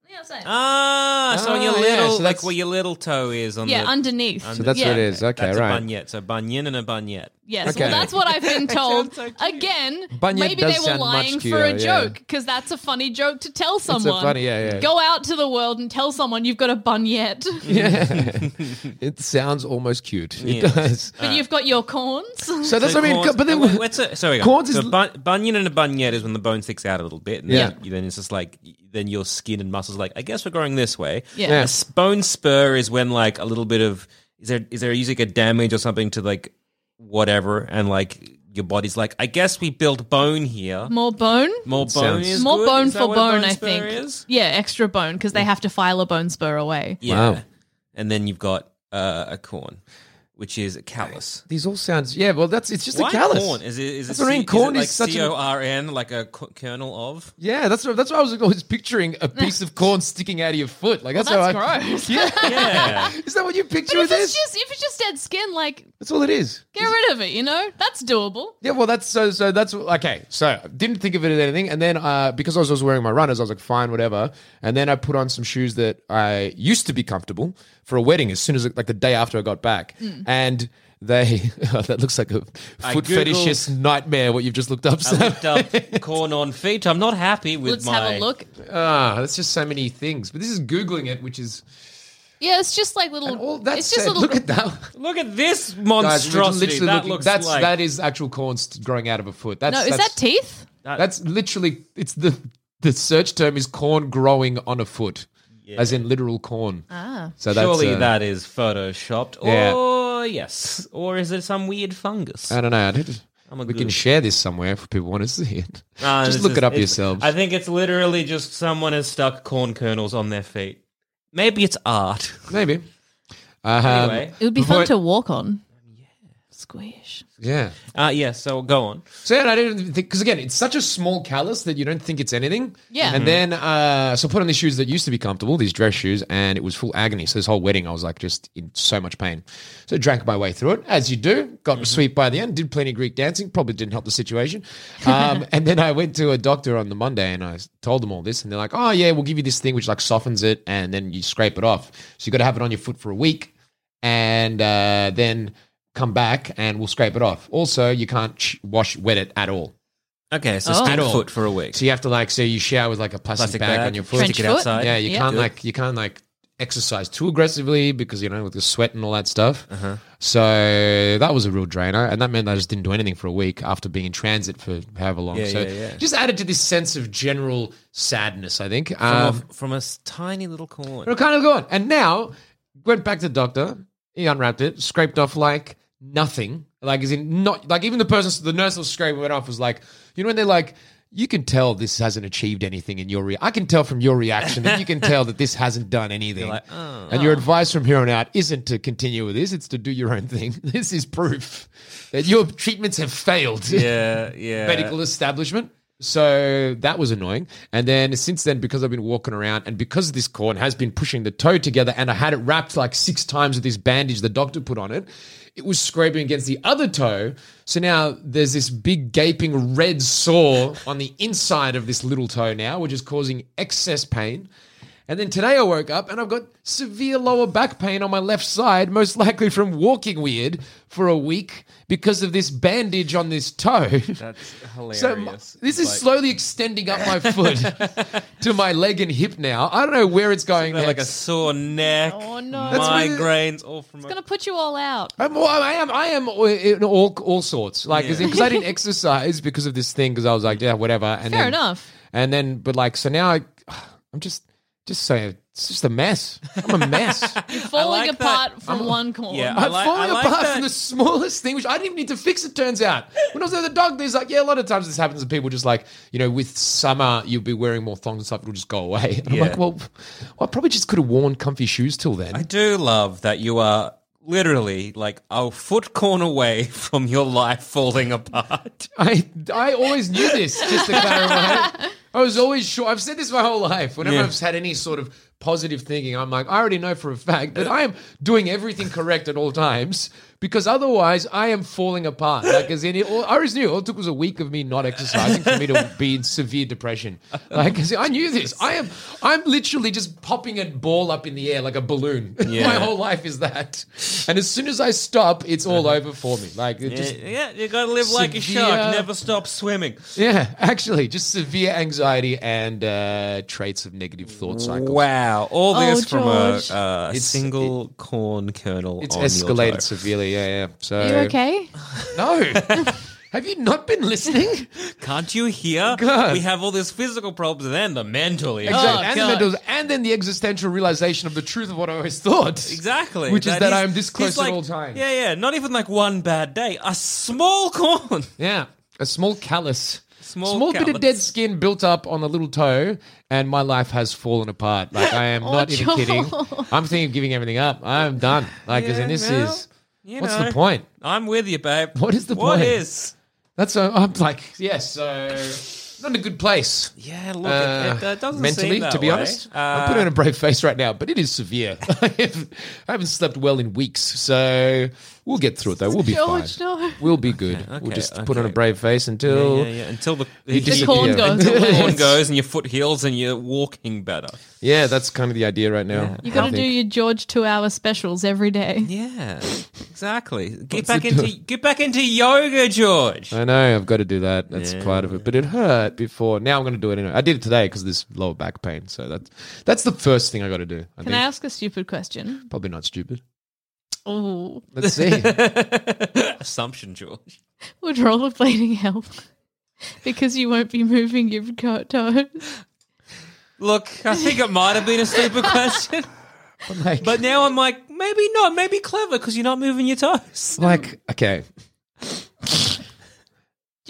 [SPEAKER 5] on The outside.
[SPEAKER 4] Ah, so on your
[SPEAKER 6] Ah, yeah,
[SPEAKER 4] little,
[SPEAKER 6] so
[SPEAKER 4] like
[SPEAKER 6] that's-
[SPEAKER 4] where your little toe is on
[SPEAKER 5] yeah,
[SPEAKER 4] the.
[SPEAKER 5] underneath.
[SPEAKER 6] So that's
[SPEAKER 5] yeah.
[SPEAKER 6] what it is. Okay,
[SPEAKER 4] that's a
[SPEAKER 6] right.
[SPEAKER 4] bunyet. So bunion and a bunyet.
[SPEAKER 5] Yes,
[SPEAKER 6] Okay.
[SPEAKER 5] well, that's what I've been told.
[SPEAKER 4] sounds so cute.
[SPEAKER 5] Again,
[SPEAKER 6] Bunyip
[SPEAKER 5] maybe
[SPEAKER 6] does
[SPEAKER 5] they were
[SPEAKER 6] sound much
[SPEAKER 5] lying for
[SPEAKER 6] cuter,
[SPEAKER 5] a
[SPEAKER 6] yeah.
[SPEAKER 5] joke because that's a funny joke to tell someone.
[SPEAKER 6] funny- yeah, yeah.
[SPEAKER 5] Go out to the world and tell someone you've got a bunyet,
[SPEAKER 6] it sounds almost cute.
[SPEAKER 4] Yeah.
[SPEAKER 6] It does.
[SPEAKER 5] but you've got your corns.
[SPEAKER 6] So that's what I mean.
[SPEAKER 4] corns-
[SPEAKER 6] But then,
[SPEAKER 4] oh, wait, what's it? Sorry,
[SPEAKER 6] corns
[SPEAKER 4] corns so
[SPEAKER 6] is-
[SPEAKER 4] bun- bunion and a bunyet is when the bone sticks out a little bit. And
[SPEAKER 6] Yeah.
[SPEAKER 4] Then, then it's just like then your skin and muscles are like I guess we're growing this way.
[SPEAKER 5] Yeah.
[SPEAKER 4] A
[SPEAKER 5] Yeah.
[SPEAKER 4] s- bone spur is when like a little bit of is there is there usually like a damage or something to like whatever and like your body's like I guess we built bone here.
[SPEAKER 5] More bone.
[SPEAKER 4] More bone
[SPEAKER 6] sounds-
[SPEAKER 4] is
[SPEAKER 5] More
[SPEAKER 4] good?
[SPEAKER 5] bone
[SPEAKER 4] Is that
[SPEAKER 5] for
[SPEAKER 4] what a
[SPEAKER 5] bone, I
[SPEAKER 4] spur
[SPEAKER 5] think.
[SPEAKER 4] is?
[SPEAKER 5] Yeah, extra bone because they have to file a bone spur away.
[SPEAKER 4] Yeah.
[SPEAKER 6] Wow.
[SPEAKER 4] And then you've got uh, a corn, which is a callus.
[SPEAKER 6] these all sounds. Yeah, well, that's it's just
[SPEAKER 4] Why
[SPEAKER 6] a callus.
[SPEAKER 4] corn? Is it, is it,
[SPEAKER 6] That's what I mean.
[SPEAKER 4] C-
[SPEAKER 6] Corn
[SPEAKER 4] is, it
[SPEAKER 6] is
[SPEAKER 4] like
[SPEAKER 6] such an-
[SPEAKER 4] C-O-R-N, like a co- kernel of?
[SPEAKER 6] Yeah, that's what, that's what I was always picturing a piece of corn sticking out of your foot. Like that's,
[SPEAKER 5] That's
[SPEAKER 6] how I.
[SPEAKER 5] gross.
[SPEAKER 6] Yeah.
[SPEAKER 4] Yeah.
[SPEAKER 6] is that what you picture
[SPEAKER 5] but
[SPEAKER 6] with
[SPEAKER 5] if
[SPEAKER 6] this?
[SPEAKER 5] it's just if it's just dead skin, like
[SPEAKER 6] that's all it is.
[SPEAKER 5] get rid of it. You know, that's doable.
[SPEAKER 6] Yeah, well, that's so. So that's okay. So didn't think of it as anything, and then uh, because I was also wearing my runners, I was like, fine, whatever. And then I put on some shoes that I used to be comfortable for a wedding. As soon as like the day after I got back,
[SPEAKER 5] Mm.
[SPEAKER 6] and they oh, that looks like a
[SPEAKER 4] I
[SPEAKER 6] foot
[SPEAKER 4] Googled-
[SPEAKER 6] fetishist nightmare. What you've just looked up.
[SPEAKER 4] I
[SPEAKER 6] Sam.
[SPEAKER 4] looked up corn on feet. I'm not happy with
[SPEAKER 5] Let's
[SPEAKER 4] my.
[SPEAKER 5] have a look.
[SPEAKER 6] Ah, that's just so many things. But this is googling it, which is
[SPEAKER 5] Yeah, it's just like little.
[SPEAKER 6] all that
[SPEAKER 5] it's just
[SPEAKER 6] said,
[SPEAKER 5] little.
[SPEAKER 6] Look at that.
[SPEAKER 4] Look at this
[SPEAKER 6] Guys, we're just
[SPEAKER 4] monstrosity.
[SPEAKER 6] literally
[SPEAKER 4] that
[SPEAKER 6] looking-
[SPEAKER 4] looks
[SPEAKER 6] that's
[SPEAKER 4] like.
[SPEAKER 6] that is actual corn st- growing out of a foot. That's,
[SPEAKER 5] no, is
[SPEAKER 6] that's,
[SPEAKER 5] that teeth?
[SPEAKER 6] That's literally it's the the search term is corn growing on a foot, as in literal corn. Ah, so that's,
[SPEAKER 4] surely
[SPEAKER 6] uh,
[SPEAKER 4] that is photoshopped.
[SPEAKER 6] Yeah.
[SPEAKER 4] Or, yes. Or is it some weird fungus?
[SPEAKER 6] I don't know. I did-
[SPEAKER 4] I'm a
[SPEAKER 6] we can
[SPEAKER 4] good-
[SPEAKER 6] share this somewhere if people want to see it.
[SPEAKER 4] Ah,
[SPEAKER 6] Just
[SPEAKER 4] this
[SPEAKER 6] look
[SPEAKER 4] is-
[SPEAKER 6] it up
[SPEAKER 4] it's-
[SPEAKER 6] yourselves.
[SPEAKER 4] I think it's literally just someone has stuck corn kernels on their feet. Maybe it's art.
[SPEAKER 6] Maybe. Um,
[SPEAKER 4] Anyway.
[SPEAKER 5] It would be
[SPEAKER 6] Before
[SPEAKER 5] fun
[SPEAKER 6] it-
[SPEAKER 5] to walk on. Squish.
[SPEAKER 6] Yeah.
[SPEAKER 4] Uh, yeah, so go on.
[SPEAKER 6] So yeah, I didn't think because again, it's such a small callus that you don't think it's anything.
[SPEAKER 5] Yeah.
[SPEAKER 6] And then uh, so put on these shoes that used to be comfortable, these dress shoes, and it was full agony. So this whole wedding, I was like just in so much pain. So drank my way through it as you do. Got sweet by the end. Did plenty of Greek dancing. Probably didn't help the situation. Um, and then I went to a doctor on the Monday and I told them all this, and they're like, "Oh yeah, we'll give you this thing which like softens it, and then you scrape it off. So you got to have it on your foot for a week." and uh, then come back and we'll scrape it off. Also, you can't sh- wash wet it at all.
[SPEAKER 4] Okay, so
[SPEAKER 5] Oh.
[SPEAKER 4] stick
[SPEAKER 6] At all.
[SPEAKER 4] foot for a week.
[SPEAKER 6] So you have to like, so you shower with like a
[SPEAKER 4] Plastic
[SPEAKER 6] plastic, bag,
[SPEAKER 4] bag.
[SPEAKER 6] on your foot.
[SPEAKER 5] Trench
[SPEAKER 4] Stick it
[SPEAKER 5] foot.
[SPEAKER 4] outside.
[SPEAKER 6] Yeah, you
[SPEAKER 5] Yeah.
[SPEAKER 6] can't
[SPEAKER 4] Good.
[SPEAKER 6] like you can't like exercise too aggressively because you know with the sweat and all that stuff.
[SPEAKER 4] Uh-huh.
[SPEAKER 6] So that was a real drainer, and that meant I just didn't do anything for a week after being in transit for however long.
[SPEAKER 4] Yeah,
[SPEAKER 6] so
[SPEAKER 4] yeah, yeah.
[SPEAKER 6] just added to this sense of general sadness. I think
[SPEAKER 4] From,
[SPEAKER 6] Um,
[SPEAKER 4] a, from a s- tiny little corn.
[SPEAKER 6] It'll kind of go on. And now went back to the doctor. He unwrapped it, scraped off like nothing. Like is in not like even the person, the nurse was scraping it off was like, you know, when they're like, you can tell this hasn't achieved anything in your. Re- I can tell from your reaction that you can tell that this hasn't done anything. And your advice from here on out isn't to continue with this; it's to do your own thing. This is proof that your treatments have failed
[SPEAKER 4] Yeah, yeah.
[SPEAKER 6] medical establishment. So that was annoying. And then since then, because I've been walking around and because this corn has been pushing the toe together and I had it wrapped like six times with this bandage the doctor put on it, it was scraping against the other toe. So now there's this big gaping red sore on the inside of this little toe now, which is causing excess pain. And then today I woke up and I've got severe lower back pain on my left side, most likely from walking weird for a week because of this bandage on this toe.
[SPEAKER 4] That's hilarious.
[SPEAKER 6] So my- this is slowly extending up my foot to my leg and hip now. I don't know where it's going
[SPEAKER 4] like a
[SPEAKER 6] next.
[SPEAKER 4] sore neck,
[SPEAKER 5] Oh, no. That's
[SPEAKER 6] really-
[SPEAKER 4] migraines, all from.
[SPEAKER 5] It's gonna put you all out.
[SPEAKER 6] I'm, all- I am. I am all- in all all sorts. Like
[SPEAKER 4] Yeah.
[SPEAKER 6] because I didn't exercise because of this thing. Because I was like, yeah, whatever. And
[SPEAKER 5] Fair
[SPEAKER 6] then,
[SPEAKER 5] enough.
[SPEAKER 6] And then, but like, so now I, I'm just just saying it's just a mess. I'm a mess.
[SPEAKER 5] Falling
[SPEAKER 4] like that-
[SPEAKER 5] apart from one corner.
[SPEAKER 4] Yeah, I
[SPEAKER 6] I'm
[SPEAKER 4] like-
[SPEAKER 6] falling
[SPEAKER 4] I like
[SPEAKER 6] apart
[SPEAKER 4] that-
[SPEAKER 6] from the smallest thing, which I didn't even need to fix. It turns out when I was at the dog, there's like, yeah, a lot of times this happens to people. Just like you know, with summer, you'll be wearing more thongs and stuff. It'll just go away. And
[SPEAKER 4] Yeah.
[SPEAKER 6] I'm like, well, I probably just could have worn comfy shoes till then.
[SPEAKER 4] I do love that you are literally like a foot corn away from your life falling apart.
[SPEAKER 6] I I always knew this. Just to clarify, I was always sure. I've said this my whole life. Whenever
[SPEAKER 4] Yeah.
[SPEAKER 6] I've had any sort of positive thinking, I'm like, I already know for a fact that I am doing everything correct at all times because otherwise I am falling apart. Like as in, it, all, I always knew. All it took was a week of me not exercising for me to be in severe depression. Like as in, I knew this. I am I'm literally just popping a ball up in the air like a balloon. my whole life is that. And as soon as I stop, it's all over for me. Like it just
[SPEAKER 4] yeah, you gotta live like a
[SPEAKER 6] severe-
[SPEAKER 4] shark, never stop swimming.
[SPEAKER 6] yeah, actually, just severe anxiety and uh, traits of negative thought cycles.
[SPEAKER 4] Wow, all this
[SPEAKER 5] Oh,
[SPEAKER 4] from a,
[SPEAKER 5] George.
[SPEAKER 4] uh,
[SPEAKER 6] It's-
[SPEAKER 4] single corn kernel.
[SPEAKER 6] It's
[SPEAKER 4] on your toe.
[SPEAKER 6] escalated severely. Yeah, yeah. So
[SPEAKER 5] Are you okay?
[SPEAKER 6] No. Have you not been listening?
[SPEAKER 4] Can't you hear?
[SPEAKER 6] God.
[SPEAKER 4] We have all these physical problems, and then the mental. issues.
[SPEAKER 6] Exactly. and, the
[SPEAKER 5] God.
[SPEAKER 6] mentals- and then the existential realization of the truth of what I always thought.
[SPEAKER 4] Exactly.
[SPEAKER 6] Which is that
[SPEAKER 4] he's-
[SPEAKER 6] I'm this
[SPEAKER 4] he's
[SPEAKER 6] close at
[SPEAKER 4] like-
[SPEAKER 6] all times.
[SPEAKER 4] Yeah, yeah. Not even like one bad day. A small corn.
[SPEAKER 6] Yeah. A small callus.
[SPEAKER 4] Small
[SPEAKER 6] small bit
[SPEAKER 4] callus.
[SPEAKER 6] of dead skin built up on the little toe, and my life has fallen apart. Like I
[SPEAKER 4] Oh,
[SPEAKER 6] am not even
[SPEAKER 5] Joel.
[SPEAKER 6] kidding. I'm thinking of giving everything up. I'm done. Like, as
[SPEAKER 4] Yeah,
[SPEAKER 6] in this
[SPEAKER 4] well, uh,
[SPEAKER 6] is.
[SPEAKER 4] you
[SPEAKER 6] What's
[SPEAKER 4] know.
[SPEAKER 6] the point?
[SPEAKER 4] I'm with you, babe.
[SPEAKER 6] What is the
[SPEAKER 4] What
[SPEAKER 6] point?
[SPEAKER 4] is?
[SPEAKER 6] That's i I'm like yes, so not in a good place.
[SPEAKER 4] Yeah, look,
[SPEAKER 6] Uh,
[SPEAKER 4] it, it doesn't
[SPEAKER 6] mentally,
[SPEAKER 4] seem that
[SPEAKER 6] to be
[SPEAKER 4] way.
[SPEAKER 6] honest,
[SPEAKER 4] Uh,
[SPEAKER 6] I'm putting on a brave face right now, but it is severe. I haven't I haven't slept well in weeks, so we'll get through it though. We'll be
[SPEAKER 5] George,
[SPEAKER 6] fine.
[SPEAKER 5] no.
[SPEAKER 6] We'll be good. we'll
[SPEAKER 4] okay,
[SPEAKER 6] just put on a
[SPEAKER 4] okay.
[SPEAKER 6] brave face until
[SPEAKER 4] yeah, yeah, until the,
[SPEAKER 6] you
[SPEAKER 4] the
[SPEAKER 5] disappear.
[SPEAKER 4] corn,
[SPEAKER 6] disappear.
[SPEAKER 5] goes
[SPEAKER 4] the
[SPEAKER 5] away.
[SPEAKER 4] corn goes and your foot heals and you're walking better.
[SPEAKER 6] yeah, that's kind of the idea right now.
[SPEAKER 5] You
[SPEAKER 6] I
[SPEAKER 5] got to
[SPEAKER 6] think.
[SPEAKER 5] do your George two-hour specials every day.
[SPEAKER 4] Yeah, exactly. Get back into get back into yoga, George.
[SPEAKER 6] I know I've got to do that. That's part of it, but it hurt before. Now I'm going to do it anyway. I did it today because of this lower back pain. So that's that's the first thing I got to do. I
[SPEAKER 5] Can
[SPEAKER 6] think.
[SPEAKER 5] I ask a stupid question?
[SPEAKER 6] Probably not stupid.
[SPEAKER 5] Oh,
[SPEAKER 6] Let's see.
[SPEAKER 4] Assumption, George.
[SPEAKER 5] would rollerblading help? because you won't be moving your co- toes.
[SPEAKER 4] Look, I think it might have been a stupid question,
[SPEAKER 6] like,
[SPEAKER 4] but now I'm like, maybe not. Maybe clever because you're not moving your toes.
[SPEAKER 6] like okay,
[SPEAKER 5] Do you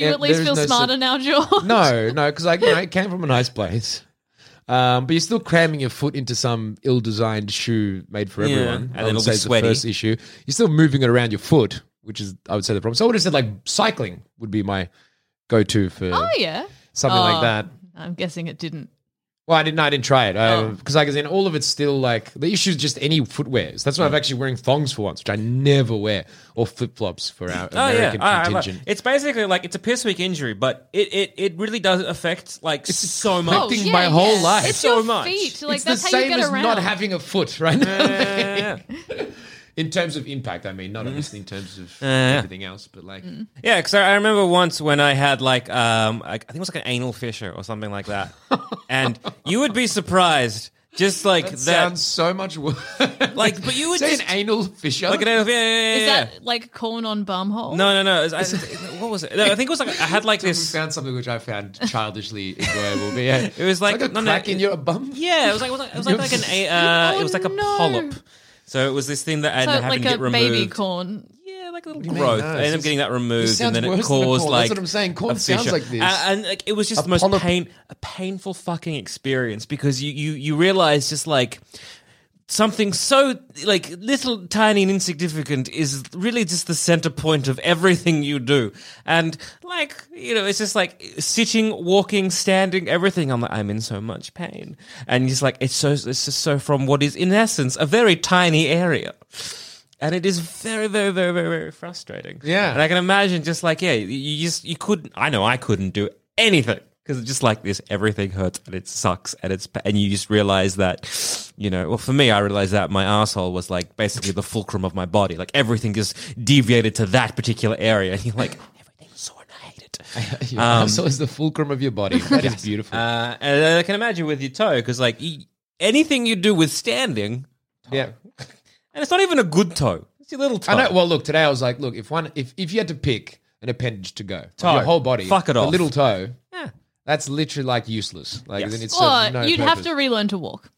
[SPEAKER 6] Yeah,
[SPEAKER 5] at least
[SPEAKER 6] there is
[SPEAKER 5] feel
[SPEAKER 6] no
[SPEAKER 5] smarter
[SPEAKER 6] such-
[SPEAKER 5] now, George?
[SPEAKER 6] No, no, because like you know, it came from a nice place. Um, but you're still cramming your foot into some ill-designed shoe made for
[SPEAKER 4] Yeah,
[SPEAKER 6] everyone.
[SPEAKER 4] and then
[SPEAKER 6] I would
[SPEAKER 4] it'll be
[SPEAKER 6] say it's
[SPEAKER 4] sweaty.
[SPEAKER 6] The first issue. You're still moving it around your foot. which is I would say the problem. So I would have said like cycling would be my go-to for
[SPEAKER 5] Oh yeah.
[SPEAKER 6] something
[SPEAKER 5] Oh,
[SPEAKER 6] like that.
[SPEAKER 5] I'm guessing it didn't.
[SPEAKER 6] Well, I didn't. I didn't try it
[SPEAKER 4] Oh.
[SPEAKER 6] because, like, as in all of it's still like the issue is just any footwear. So that's why I'm actually wearing thongs for once, which I never wear, or flip flops for our
[SPEAKER 4] Oh
[SPEAKER 6] American
[SPEAKER 4] yeah, I- I-
[SPEAKER 6] contingent.
[SPEAKER 4] it's basically like it's a piss week injury, but it, it, it really does affect like so
[SPEAKER 5] Oh,
[SPEAKER 4] much.
[SPEAKER 6] affecting my whole life.
[SPEAKER 5] It's
[SPEAKER 4] So
[SPEAKER 5] your
[SPEAKER 4] much.
[SPEAKER 5] feet. Like
[SPEAKER 6] it's the
[SPEAKER 5] that's how
[SPEAKER 6] same
[SPEAKER 5] you get
[SPEAKER 6] as
[SPEAKER 5] around.
[SPEAKER 6] not having a foot right now.
[SPEAKER 4] yeah, Mm-hmm.
[SPEAKER 6] in terms of impact, I mean, not obviously in terms of everything else, but like
[SPEAKER 4] yeah. Because I I remember once when I had like um, like, I think it was like an anal fissure or something like that, and you would be surprised, just like that,
[SPEAKER 6] sounds so much worse.
[SPEAKER 4] Like, but you would
[SPEAKER 6] say
[SPEAKER 4] just-
[SPEAKER 6] an anal fissure.
[SPEAKER 4] like an anal. Yeah, yeah, yeah,
[SPEAKER 5] Oh. Is
[SPEAKER 4] yeah.
[SPEAKER 5] that like corn on bum hole?
[SPEAKER 4] no, no, no. it was- I- what was it? No, I think it was like I had like
[SPEAKER 6] we
[SPEAKER 4] this.
[SPEAKER 6] found something which I found childishly enjoyable. But yeah, it
[SPEAKER 4] was like-
[SPEAKER 6] it's like a
[SPEAKER 4] no, no,
[SPEAKER 6] crack in
[SPEAKER 4] it-
[SPEAKER 6] your bum.
[SPEAKER 4] Yeah, it was like it was like, it was like, like an a, uh, it was like a
[SPEAKER 5] Oh, no.
[SPEAKER 4] polyp. So it was this thing that I
[SPEAKER 5] So
[SPEAKER 4] had to
[SPEAKER 5] like
[SPEAKER 4] get
[SPEAKER 5] a
[SPEAKER 4] removed.
[SPEAKER 5] baby corn.
[SPEAKER 4] Yeah, like a little
[SPEAKER 6] mean?
[SPEAKER 4] growth.
[SPEAKER 6] No,
[SPEAKER 4] I
[SPEAKER 6] it's
[SPEAKER 4] ended up
[SPEAKER 6] just-
[SPEAKER 4] getting that
[SPEAKER 6] it
[SPEAKER 4] removed,
[SPEAKER 6] sounds
[SPEAKER 4] and then it
[SPEAKER 6] worse
[SPEAKER 4] caused
[SPEAKER 6] than a corn. That's
[SPEAKER 4] like
[SPEAKER 6] what I'm saying. Corn
[SPEAKER 4] a
[SPEAKER 6] sounds
[SPEAKER 4] fissure.
[SPEAKER 6] like this.
[SPEAKER 4] and, and, like, it was just
[SPEAKER 6] A
[SPEAKER 4] the most
[SPEAKER 6] polyp-
[SPEAKER 4] pain, a painful fucking experience because you you you realize just like something so like little tiny and insignificant is really just the center point of everything you do and like you know it's just like sitting walking standing everything i'm like i'm in so much pain and it's like it's so it's just so from what is in essence a very tiny area and it is very, very, very, very, very frustrating.
[SPEAKER 6] Yeah.
[SPEAKER 4] and I can imagine just like yeah, you- you just you couldn't. I know I couldn't do anything because it's just like this. Everything hurts and it sucks and it's and you just realize that, you know. Well, for me, I realized that my asshole was like basically the fulcrum of my body. Like everything just deviated to that particular area, and you're like everything's sore and I hate it.
[SPEAKER 6] Your muscle is the fulcrum of your body. That is beautiful.
[SPEAKER 4] Uh, and I can imagine with your toe because like y- anything you do with standing,
[SPEAKER 6] yeah.
[SPEAKER 4] and it's not even a good toe. It's your little toe.
[SPEAKER 6] I know. Well, look, today I was like, look, if one, if, if you had to pick an appendage to go,
[SPEAKER 4] Toe.
[SPEAKER 6] toe, your whole body,
[SPEAKER 4] Fuck it
[SPEAKER 6] the
[SPEAKER 4] off.
[SPEAKER 6] little toe,
[SPEAKER 4] Yeah.
[SPEAKER 6] that's literally like useless. Like,
[SPEAKER 4] Yes.
[SPEAKER 6] then it's
[SPEAKER 5] Or
[SPEAKER 6] no
[SPEAKER 5] you'd have
[SPEAKER 6] purpose.
[SPEAKER 5] to relearn to walk.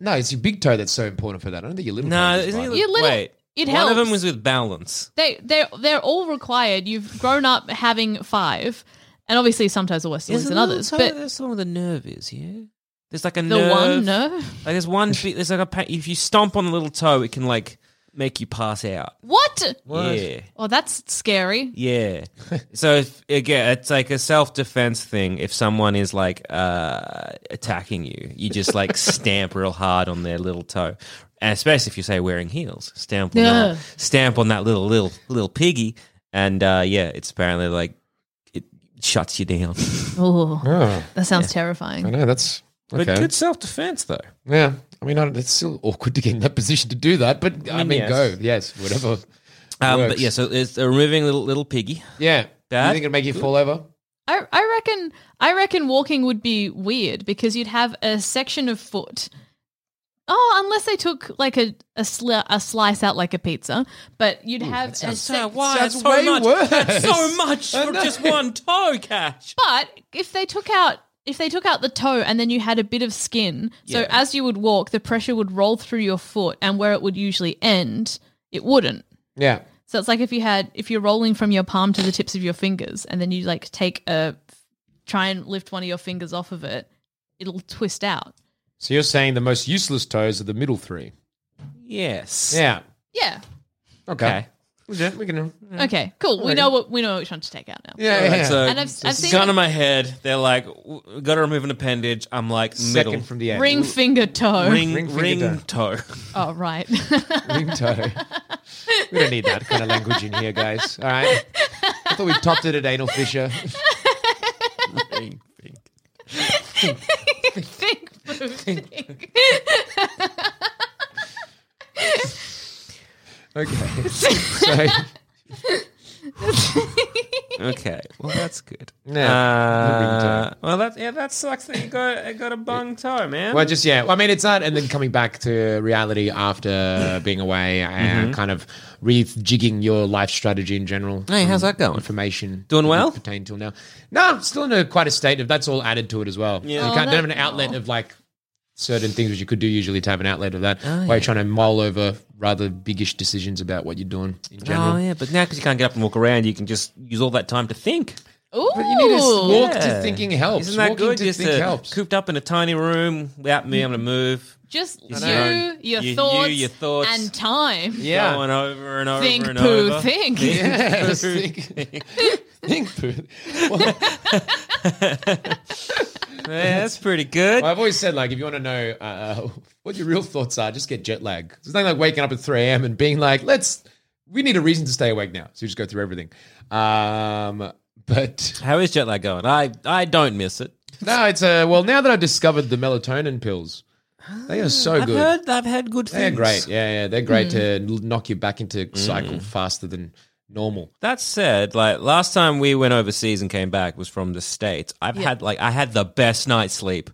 [SPEAKER 6] No, it's your big toe that's so important for that. I don't think your little.
[SPEAKER 4] No,
[SPEAKER 6] toe is
[SPEAKER 4] isn't it?
[SPEAKER 6] vital.
[SPEAKER 5] You little-
[SPEAKER 4] wait.
[SPEAKER 5] it
[SPEAKER 4] one of them
[SPEAKER 5] helps.
[SPEAKER 4] was with balance.
[SPEAKER 5] They they they're all required. You've grown up having five, and obviously sometimes are worse ones than others. But
[SPEAKER 4] there's the one the nerve is, yeah. There's like a
[SPEAKER 5] the
[SPEAKER 4] nerve.
[SPEAKER 5] one, no.
[SPEAKER 4] Like there's one. fe- There's like a. pa- If you stomp on the little toe, it can like make you pass out.
[SPEAKER 5] What?
[SPEAKER 4] Yeah,
[SPEAKER 5] Oh, that's scary.
[SPEAKER 4] yeah. so if, again, it's like a self defense thing. If someone is like uh, attacking you, you just like stamp real hard on their little toe. And especially if you say wearing heels, stamp on
[SPEAKER 5] Yeah.
[SPEAKER 4] that, stamp on that little little little piggy, and uh, yeah, it's apparently like it shuts you down.
[SPEAKER 5] Oh,
[SPEAKER 6] Oh,
[SPEAKER 5] that sounds
[SPEAKER 6] I
[SPEAKER 5] terrifying.
[SPEAKER 6] know that's okay.
[SPEAKER 4] But good self defense, though.
[SPEAKER 6] yeah, I mean, I don't- it's still awkward to get in that position to do that, but I mean,
[SPEAKER 4] mean, yes.
[SPEAKER 6] go, yes, whatever.
[SPEAKER 4] Um, but
[SPEAKER 6] Works.
[SPEAKER 4] yeah, so it's uh, removing little little piggy.
[SPEAKER 6] Yeah,
[SPEAKER 4] Dad?
[SPEAKER 6] you think it'd make you fall over?
[SPEAKER 5] I, I reckon I reckon walking would be weird because you'd have a section of foot. Oh, unless they took like a a, sli- a slice out like a pizza, but you'd have
[SPEAKER 4] So
[SPEAKER 5] a sec-
[SPEAKER 4] why? Oh, That's
[SPEAKER 6] sounds
[SPEAKER 4] so
[SPEAKER 6] way
[SPEAKER 4] much.
[SPEAKER 6] worse.
[SPEAKER 4] That's so much
[SPEAKER 6] I
[SPEAKER 4] for
[SPEAKER 6] know.
[SPEAKER 4] just one toe, Cash.
[SPEAKER 5] But if they took out if they took out the toe and then you had a bit of skin, so
[SPEAKER 4] Yeah.
[SPEAKER 5] as you would walk, the pressure would roll through your foot, and where it would usually end, it wouldn't.
[SPEAKER 6] Yeah,
[SPEAKER 5] So it's like if you had if you're rolling from your palm to the tips of your fingers, and then you like take a try and lift one of your fingers off of it, it'll twist out.
[SPEAKER 6] So you're saying the most useless toes are the middle three?
[SPEAKER 4] Yes.
[SPEAKER 6] Yeah.
[SPEAKER 5] Yeah.
[SPEAKER 6] Okay. Yeah, we can.
[SPEAKER 5] Okay. Cool. We know what we know which one to take out now.
[SPEAKER 6] Yeah, yeah.
[SPEAKER 4] That's a
[SPEAKER 5] And I've, I've seen
[SPEAKER 4] gun in my head. They're like, "W- gotta remove an appendage. I'm like, middle.
[SPEAKER 6] Second from the end.
[SPEAKER 5] ring finger toe.
[SPEAKER 4] Ring,
[SPEAKER 6] Ring
[SPEAKER 4] ring,
[SPEAKER 6] finger
[SPEAKER 4] toe.
[SPEAKER 5] Oh right.
[SPEAKER 6] Ring toe. we don't need that kind of language in here, guys. All right. I thought we topped it at anal fissure.
[SPEAKER 4] Ring finger.
[SPEAKER 5] think, Boo, think.
[SPEAKER 6] Okay. so,
[SPEAKER 4] Okay, well that's good.
[SPEAKER 6] Yeah,
[SPEAKER 4] Uh, well, that yeah, that sucks that you got got a bung toe, man.
[SPEAKER 6] well, just yeah. Well, I mean, it's that, and then coming back to reality after being away and kind of rejigging your life strategy in general.
[SPEAKER 4] Hey, how's that going?
[SPEAKER 6] Information
[SPEAKER 4] Doing
[SPEAKER 6] that
[SPEAKER 4] well?
[SPEAKER 6] Pertain till now. No, I'm still in a quite a state of that's all added to it as well. Yeah, you
[SPEAKER 5] Oh,
[SPEAKER 6] can't, don't have an
[SPEAKER 5] that-
[SPEAKER 6] outlet of like certain things which you could do usually to have an outlet of that. while you're trying to mull over rather biggish decisions about what you're doing in general.
[SPEAKER 4] Oh yeah, but now because you can't get up and walk around, you can just use all that time to think.
[SPEAKER 5] Ooh.
[SPEAKER 6] But you need to s- walk
[SPEAKER 4] Yeah.
[SPEAKER 6] to thinking helps.
[SPEAKER 4] Isn't that
[SPEAKER 6] Walking
[SPEAKER 4] good?
[SPEAKER 6] to
[SPEAKER 4] Just
[SPEAKER 6] think
[SPEAKER 4] uh,
[SPEAKER 6] helps.
[SPEAKER 4] cooped up in a tiny room without me, I'm gonna move.
[SPEAKER 5] Just you,
[SPEAKER 4] your
[SPEAKER 5] your,
[SPEAKER 4] own- you- you,
[SPEAKER 5] thoughts,
[SPEAKER 4] your thoughts.
[SPEAKER 5] and time.
[SPEAKER 6] Yeah.
[SPEAKER 4] Going over and over
[SPEAKER 5] Think,
[SPEAKER 4] and
[SPEAKER 5] poo,
[SPEAKER 4] over.
[SPEAKER 5] think.
[SPEAKER 6] Yeah,
[SPEAKER 4] poo,
[SPEAKER 6] just think. think poo. Well,
[SPEAKER 4] Yeah, that's pretty good.
[SPEAKER 6] I've always said, like, if you want to know uh, what your real thoughts are, just get jet lag. There's nothing like waking up at 3 a.m. and being like, let's, we need a reason to stay awake now. So you just go through everything. Um, but
[SPEAKER 4] How is jet lag going? I, I don't miss it.
[SPEAKER 6] no, it's a, well, now that I've discovered the melatonin pills, they are so
[SPEAKER 4] Ah, I've
[SPEAKER 6] good.
[SPEAKER 4] heard I've had good
[SPEAKER 6] They're
[SPEAKER 4] things. Hmm.
[SPEAKER 6] great. Yeah, yeah. They're great to to knock you back into cycle faster than normal.
[SPEAKER 4] That said, like last time we went overseas and came back was from the states. I've had like I had the best night's sleep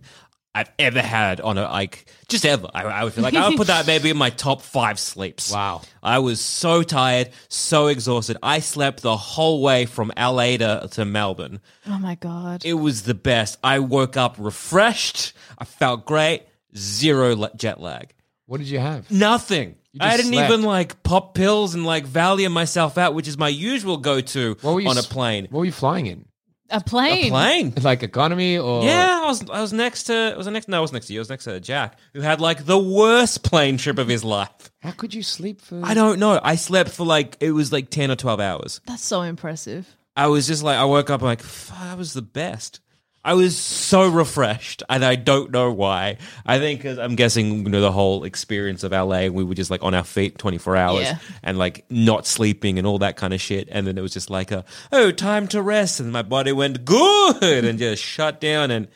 [SPEAKER 4] I've ever had on a like just ever. I, I would feel like I would put that maybe in my top five sleeps.
[SPEAKER 6] Wow.
[SPEAKER 4] I was so tired, so exhausted. I slept the whole way from LA to, to Melbourne.
[SPEAKER 5] Oh my god.
[SPEAKER 4] It was the best. I woke up refreshed. I felt great. Zero le- jet lag.
[SPEAKER 6] What did you have?
[SPEAKER 4] Nothing.
[SPEAKER 6] just
[SPEAKER 4] I didn't
[SPEAKER 6] slept.
[SPEAKER 4] even like pop pills and like Valium myself out, which is my usual go-to
[SPEAKER 6] What were you
[SPEAKER 4] on a
[SPEAKER 6] s-
[SPEAKER 4] plane.
[SPEAKER 6] What were you flying in?
[SPEAKER 5] A plane.
[SPEAKER 4] A plane.
[SPEAKER 6] Like economy or?
[SPEAKER 4] Yeah, I was I was next to was I next no, I was next to you, I was next to Jack, who had like the worst plane trip of his life.
[SPEAKER 6] How could you sleep for?
[SPEAKER 4] I don't know. I slept for like it was like ten or twelve hours.
[SPEAKER 5] That's so impressive.
[SPEAKER 4] I was just like I woke up like fuck, that was the best. I was so refreshed, and I don't know why. I think i I'm guessing you know the whole experience of LA. We were just like on our feet 24 hours
[SPEAKER 5] Yeah.
[SPEAKER 4] and like not sleeping and all that kind of shit. And then it was just like a oh time to rest, and my body went good and just shut down. And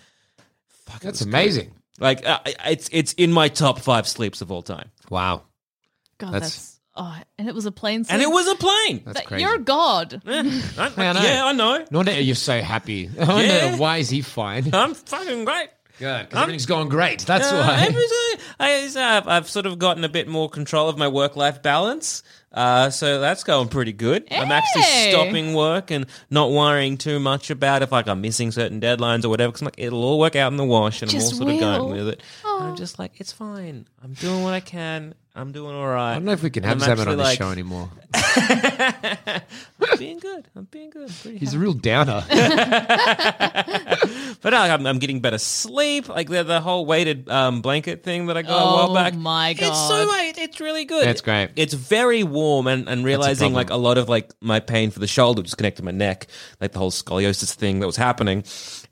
[SPEAKER 6] That's amazing.
[SPEAKER 4] Like uh, it's it's in my top five sleeps of all time,
[SPEAKER 6] Wow.
[SPEAKER 5] God,
[SPEAKER 6] That's-
[SPEAKER 5] that's, oh, and it was a plane.
[SPEAKER 4] and it
[SPEAKER 5] sleep.
[SPEAKER 4] was a plane.
[SPEAKER 6] That's
[SPEAKER 5] That-
[SPEAKER 6] crazy.
[SPEAKER 5] You're a god.
[SPEAKER 4] Eh, I-
[SPEAKER 6] I know.
[SPEAKER 4] yeah, I know.
[SPEAKER 6] No wonder you're so happy. I wonder
[SPEAKER 4] Yeah.
[SPEAKER 6] why is he fine?
[SPEAKER 4] I'm fucking great.
[SPEAKER 6] Good, because
[SPEAKER 4] I'm-
[SPEAKER 6] everything's going great. That's
[SPEAKER 4] Uh,
[SPEAKER 6] why.
[SPEAKER 4] everything- I, have I've sort of gotten a bit more control of my work life balance, uh, so that's going pretty good. I'm actually
[SPEAKER 5] Hey!
[SPEAKER 4] stopping work and not worrying too much about if like I'm missing certain deadlines or whatever. Because like it'll all work out in the wash, and I'm
[SPEAKER 5] Just
[SPEAKER 4] all sort of going
[SPEAKER 5] will.
[SPEAKER 4] with it. And I'm just like, it's fine. I'm doing what I can. I'm doing all right.
[SPEAKER 6] I don't know if we can
[SPEAKER 4] And
[SPEAKER 6] have
[SPEAKER 4] I'm
[SPEAKER 6] Zaman
[SPEAKER 4] actually,
[SPEAKER 6] on the
[SPEAKER 4] like,
[SPEAKER 6] show anymore.
[SPEAKER 4] I'm being good. I'm being good. I'm pretty
[SPEAKER 6] He's
[SPEAKER 4] happy.
[SPEAKER 6] a real downer.
[SPEAKER 4] But uh, I'm, I'm getting better sleep. Like the, the whole weighted um, blanket thing that I got a
[SPEAKER 5] Oh,
[SPEAKER 4] while back.
[SPEAKER 5] my
[SPEAKER 4] It's so
[SPEAKER 5] God.
[SPEAKER 4] it- it's really good.
[SPEAKER 6] That's great.
[SPEAKER 4] It's very warm and, and realizing
[SPEAKER 6] problem.
[SPEAKER 4] like a lot of like my pain for the shoulder just connected to my neck, like the whole scoliosis thing that was happening,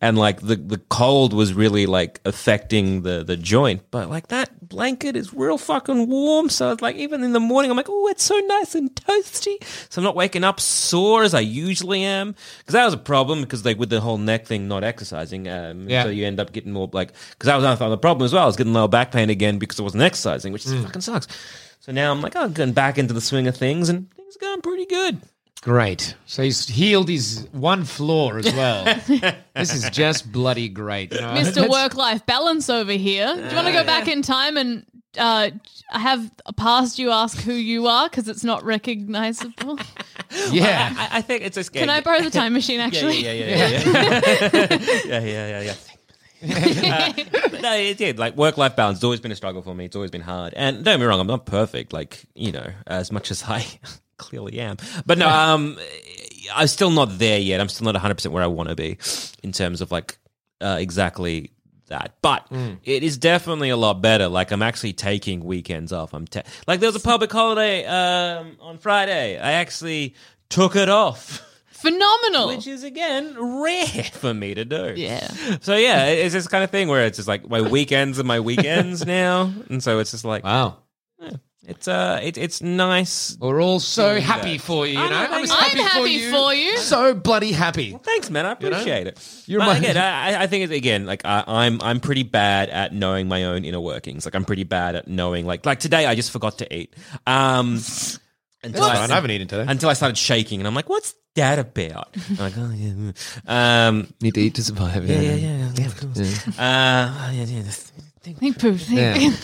[SPEAKER 4] and like the the cold was really like affecting the the joint. But like that blanket is real fucking warm, so it's like even in the morning I'm like, oh, it's so nice and toasty. So I'm not waking up sore as I usually am because that was a problem because like with the whole neck thing, not exercising, um,
[SPEAKER 6] Yeah.
[SPEAKER 4] so you end up getting more like because that was another the problem as well. I was getting lower back pain again because I wasn't exercising, which is fucking sucks. So now I'm like, oh, I'm getting back into the swing of things, and things are going pretty good.
[SPEAKER 6] great. So he's healed his one flaw as well. this is just bloody great. you
[SPEAKER 4] Uh,
[SPEAKER 6] know?
[SPEAKER 5] Mr.
[SPEAKER 6] That's-
[SPEAKER 5] Work Life Balance over here. Do you want to go back in time and uh, have past you ask who you are because it's not recognizable?
[SPEAKER 6] Yeah.
[SPEAKER 4] I, I think it's just
[SPEAKER 5] Can I borrow the time machine?
[SPEAKER 4] Yeah,
[SPEAKER 5] Actually,
[SPEAKER 4] yeah, yeah, yeah, yeah, yeah, yeah, yeah, yeah. yeah. Uh, no, it did. Like work life balance has always been a struggle for me. It's always been hard. And don't get me wrong, I'm not perfect. Like you know, as much as I clearly am, but no, um, I'm still not there yet. I'm still not 100 percent where I want to be in terms of like uh, exactly that. But it is definitely a lot better. Like I'm actually taking weekends off. I'm ta- like there was a public holiday um, on Friday. I actually took it off.
[SPEAKER 5] Phenomenal.
[SPEAKER 4] Which is again rare for me to do.
[SPEAKER 5] Yeah.
[SPEAKER 4] So yeah, it- it's this kind of thing where it's just like my weekends are my weekends now, and so it's just like
[SPEAKER 6] Wow.
[SPEAKER 4] it's uh, it, it's nice.
[SPEAKER 6] We're all so happy for you. You know,
[SPEAKER 4] I'm happy-
[SPEAKER 6] just
[SPEAKER 5] I'm happy for you.
[SPEAKER 6] So bloody happy.
[SPEAKER 4] Thanks, man. I
[SPEAKER 6] know?
[SPEAKER 4] appreciate it.
[SPEAKER 6] You're
[SPEAKER 4] But
[SPEAKER 6] my-
[SPEAKER 4] again, I, I- I think it's again like I, I'm I'm pretty bad at knowing my own inner workings. Like I'm pretty bad at knowing like like today I just forgot to eat. Um, until I,
[SPEAKER 6] Fine, I haven't eaten today.
[SPEAKER 4] until I started shaking, and I'm like, what's that about? I'm like, oh yeah, mm. um,
[SPEAKER 6] need to eat to survive.
[SPEAKER 4] yeah, yeah, yeah, yeah, of course. Uh, yeah, yeah, this thing-
[SPEAKER 5] Think, Pooh, think.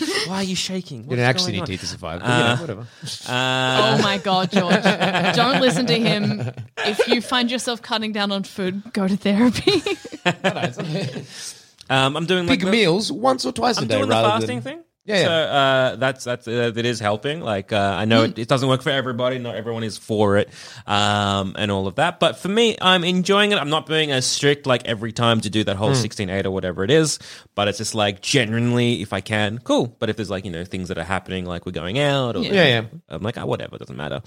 [SPEAKER 6] Yeah.
[SPEAKER 4] Why are you shaking?
[SPEAKER 6] You
[SPEAKER 4] What's
[SPEAKER 6] don't actually
[SPEAKER 4] going
[SPEAKER 6] need to
[SPEAKER 4] on?
[SPEAKER 6] eat to survive. But, you know,
[SPEAKER 4] Uh,
[SPEAKER 6] whatever.
[SPEAKER 4] Uh,
[SPEAKER 5] Oh my God, George! Don't listen to him. If you find yourself cutting down on food, go to therapy.
[SPEAKER 4] um, I'm doing like
[SPEAKER 6] Big
[SPEAKER 4] the,
[SPEAKER 6] meals once or twice
[SPEAKER 4] um, I'm
[SPEAKER 6] a day
[SPEAKER 4] doing the
[SPEAKER 6] rather
[SPEAKER 4] fasting
[SPEAKER 6] than
[SPEAKER 4] thing.
[SPEAKER 6] Yeah, yeah.
[SPEAKER 4] So uh, that's that's uh, that is helping. Like uh, I know
[SPEAKER 6] Hmm.
[SPEAKER 4] it, it doesn't work for everybody. Not everyone is for it, um, and all of that. But for me, I'm enjoying it. I'm not being as strict like every time to do that
[SPEAKER 6] Hmm.
[SPEAKER 4] whole sixteen eight or whatever it is. But it's just like genuinely, if I can, cool. But if there's like you know things that are happening, like we're going out, or
[SPEAKER 6] Yeah, yeah.
[SPEAKER 4] I'm like, ah, whatever, doesn't matter.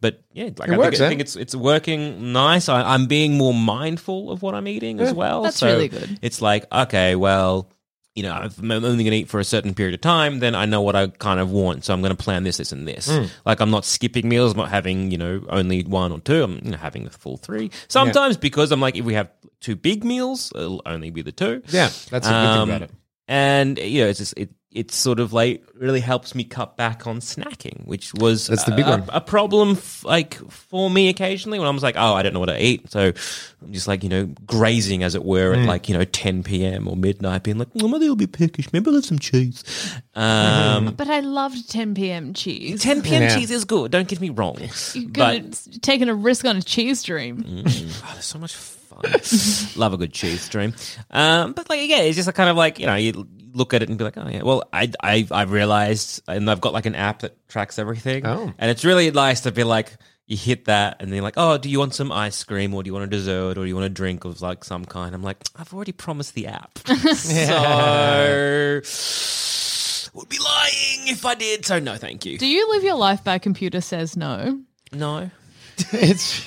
[SPEAKER 4] But yeah, like I,
[SPEAKER 6] works,
[SPEAKER 4] think, I
[SPEAKER 6] eh?
[SPEAKER 4] think it's it's working nice. I, I'm being more mindful of what I'm eating as well.
[SPEAKER 5] That's
[SPEAKER 4] So
[SPEAKER 5] really good.
[SPEAKER 4] It's like okay, well, you know, if I'm only going to eat for a certain period of time. Then I know what I kind of want, so I'm going to plan this, this, and
[SPEAKER 6] Hmm.
[SPEAKER 4] this. Like I'm not skipping meals, I'm not having you know only one or two. I'm you know, having the full three. Sometimes because I'm like, if we have two big meals, it'll only be the two. Um,
[SPEAKER 6] Yeah, that's a good thing about it.
[SPEAKER 4] And you know, it's just it. It sort of like really helps me cut back on snacking, which was
[SPEAKER 6] That's the big
[SPEAKER 4] a-
[SPEAKER 6] one.
[SPEAKER 4] A problem f- like for me occasionally when I was like, oh, I don't know what to eat, so I'm just like you know grazing as it were at like you know 10 p.m. or midnight, being like, well, I'm a little bit peckish. Maybe I'll have some cheese. Um,
[SPEAKER 5] But I loved 10 p.m. cheese.
[SPEAKER 4] 10 p.m.
[SPEAKER 6] Yeah.
[SPEAKER 4] cheese is good. Don't get me wrong,
[SPEAKER 5] You're
[SPEAKER 4] but
[SPEAKER 5] gonna- taking a risk on a cheese dream.
[SPEAKER 4] Oh, that's so much fun. Love a good cheese stream. Um, but like, yeah, it's just a kind of like you know you look at it and be like, oh yeah. Well, I I I realized, and I've got like an app that tracks everything.
[SPEAKER 6] Oh.
[SPEAKER 4] and it's really nice to be like. You hit that, and they're like, "Oh, do you want some ice cream, or do you want a dessert, or do you want a drink of like some kind?" I'm like, "I've already promised the app, so would be lying if I did." So no, thank you.
[SPEAKER 5] Do you live your life by computer says no?
[SPEAKER 4] no,
[SPEAKER 6] It's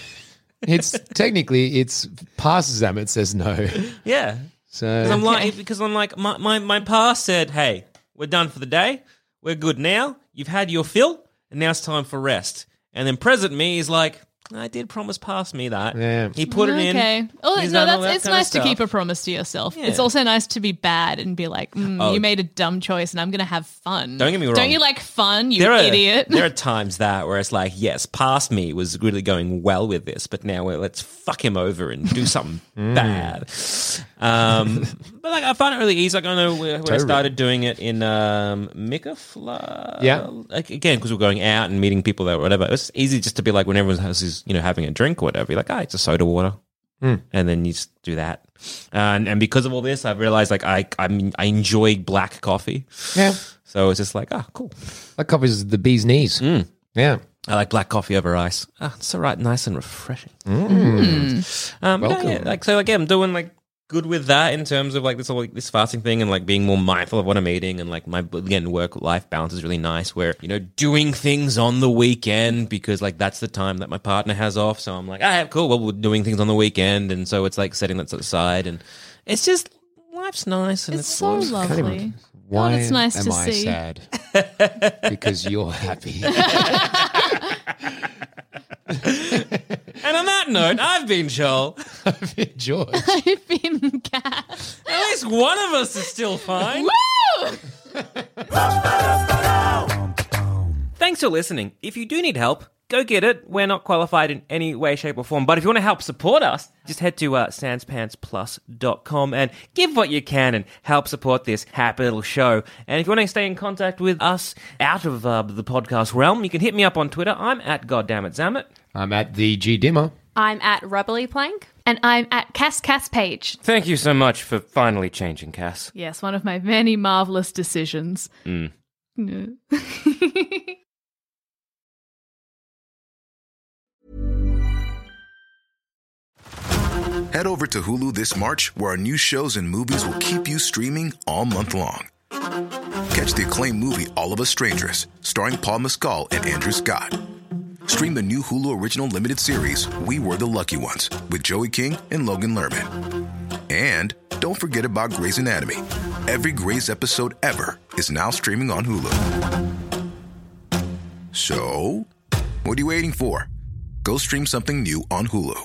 [SPEAKER 6] it's technically it's passes them. It says no.
[SPEAKER 4] yeah, Because I'm
[SPEAKER 6] So
[SPEAKER 4] like, because I'm like, my, my, my pa said, hey, we're done for the day. We're good now. You've had your fill, and now it's time for rest. And then present me is like, I did promise pass me that.
[SPEAKER 6] Yeah.
[SPEAKER 4] He put it in.
[SPEAKER 5] okay. Oh,
[SPEAKER 4] He's
[SPEAKER 5] no,
[SPEAKER 4] done all
[SPEAKER 5] that's,
[SPEAKER 4] that
[SPEAKER 5] it's
[SPEAKER 4] kind of
[SPEAKER 5] nice to
[SPEAKER 4] stuff.
[SPEAKER 5] keep a promise to yourself.
[SPEAKER 4] Yeah.
[SPEAKER 5] It's also nice to be bad and be like, mm,
[SPEAKER 4] Oh.
[SPEAKER 5] you made a dumb choice and I'm going to have fun.
[SPEAKER 4] Don't get me wrong.
[SPEAKER 5] Don't you like fun, you
[SPEAKER 4] There are,
[SPEAKER 5] idiot?
[SPEAKER 4] there are times that where it's like, yes, past me was really going well with this, but now we're, let's fuck him over and do something
[SPEAKER 6] Mm.
[SPEAKER 4] bad. Um, but like, I found it really easy. Like, I know when when I
[SPEAKER 6] Totally.
[SPEAKER 4] started doing it in um, Mikafla.
[SPEAKER 6] Yeah.
[SPEAKER 4] Like, again, because we're going out and meeting people there or whatever. It's easy just to be like, when everyone's house is, you know, having a drink or whatever, you're like, ah, it's a soda water.
[SPEAKER 6] Hmm.
[SPEAKER 4] And then you just do that. Uh, And, and because of all this, I've realized like I, I'm, I enjoy black coffee.
[SPEAKER 6] yeah,
[SPEAKER 4] So it's just like, ah, cool.
[SPEAKER 6] that covers the bee's knees. Yeah.
[SPEAKER 4] I like black coffee over ice. Ah, it's all right, nice and refreshing.
[SPEAKER 5] Mm.
[SPEAKER 4] Um, no,
[SPEAKER 6] Welcome.
[SPEAKER 4] yeah, like so, like yeah, I'm doing like good with that in terms of like this whole like, this fasting thing and like being more mindful of what I'm eating and like my again work life balance is really nice. Where you know doing things on the weekend because like that's the time that my partner has off. So I'm like, ah, cool. Well, we're doing things on the weekend, and so it's like setting that to the side, and it's just life's nice and
[SPEAKER 5] it's
[SPEAKER 4] it's,
[SPEAKER 5] so
[SPEAKER 4] sort of-
[SPEAKER 5] lovely.
[SPEAKER 6] Why
[SPEAKER 5] that's nice
[SPEAKER 6] am
[SPEAKER 5] to
[SPEAKER 6] I
[SPEAKER 5] see.
[SPEAKER 6] sad? because you're happy.
[SPEAKER 4] And on that note, I've been Joel.
[SPEAKER 6] George.
[SPEAKER 5] I've been cat.
[SPEAKER 4] At least one of us is still fine.
[SPEAKER 5] Woo!
[SPEAKER 4] Thanks for listening. If you do need help, go get it. We're not qualified in any way, shape, or form. But if you want to help support us, just head to uh, sanspantsplus.com and give what you can and help support this happy little show. And if you want to stay in contact with us out of uh, the podcast realm, you can hit me up on Twitter. I'm at goddammit.
[SPEAKER 6] I'm at the G Dimmer.
[SPEAKER 7] I'm at Rubbly Plank. And I'm at Cass Cass Page.
[SPEAKER 4] Thank you so much for finally changing, Cass.
[SPEAKER 5] Yes, one of my many marvelous decisions. Mm.
[SPEAKER 8] Head over to Hulu this March, where our new shows and movies will keep you streaming all month long. Catch the acclaimed movie All of Us Strangers, starring Paul Mescal and Andrew Scott. Stream the new Hulu original limited series We Were the Lucky Ones with Joey King and Logan Lerman. And don't forget about Grey's Anatomy. Every Grey's episode ever is now streaming on Hulu. So, what are you waiting for? Go stream something new on Hulu.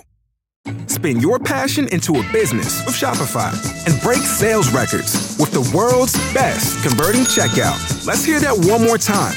[SPEAKER 9] Spin your passion into a business with Shopify and break sales records with the world's best converting checkout. Let's hear that one more time.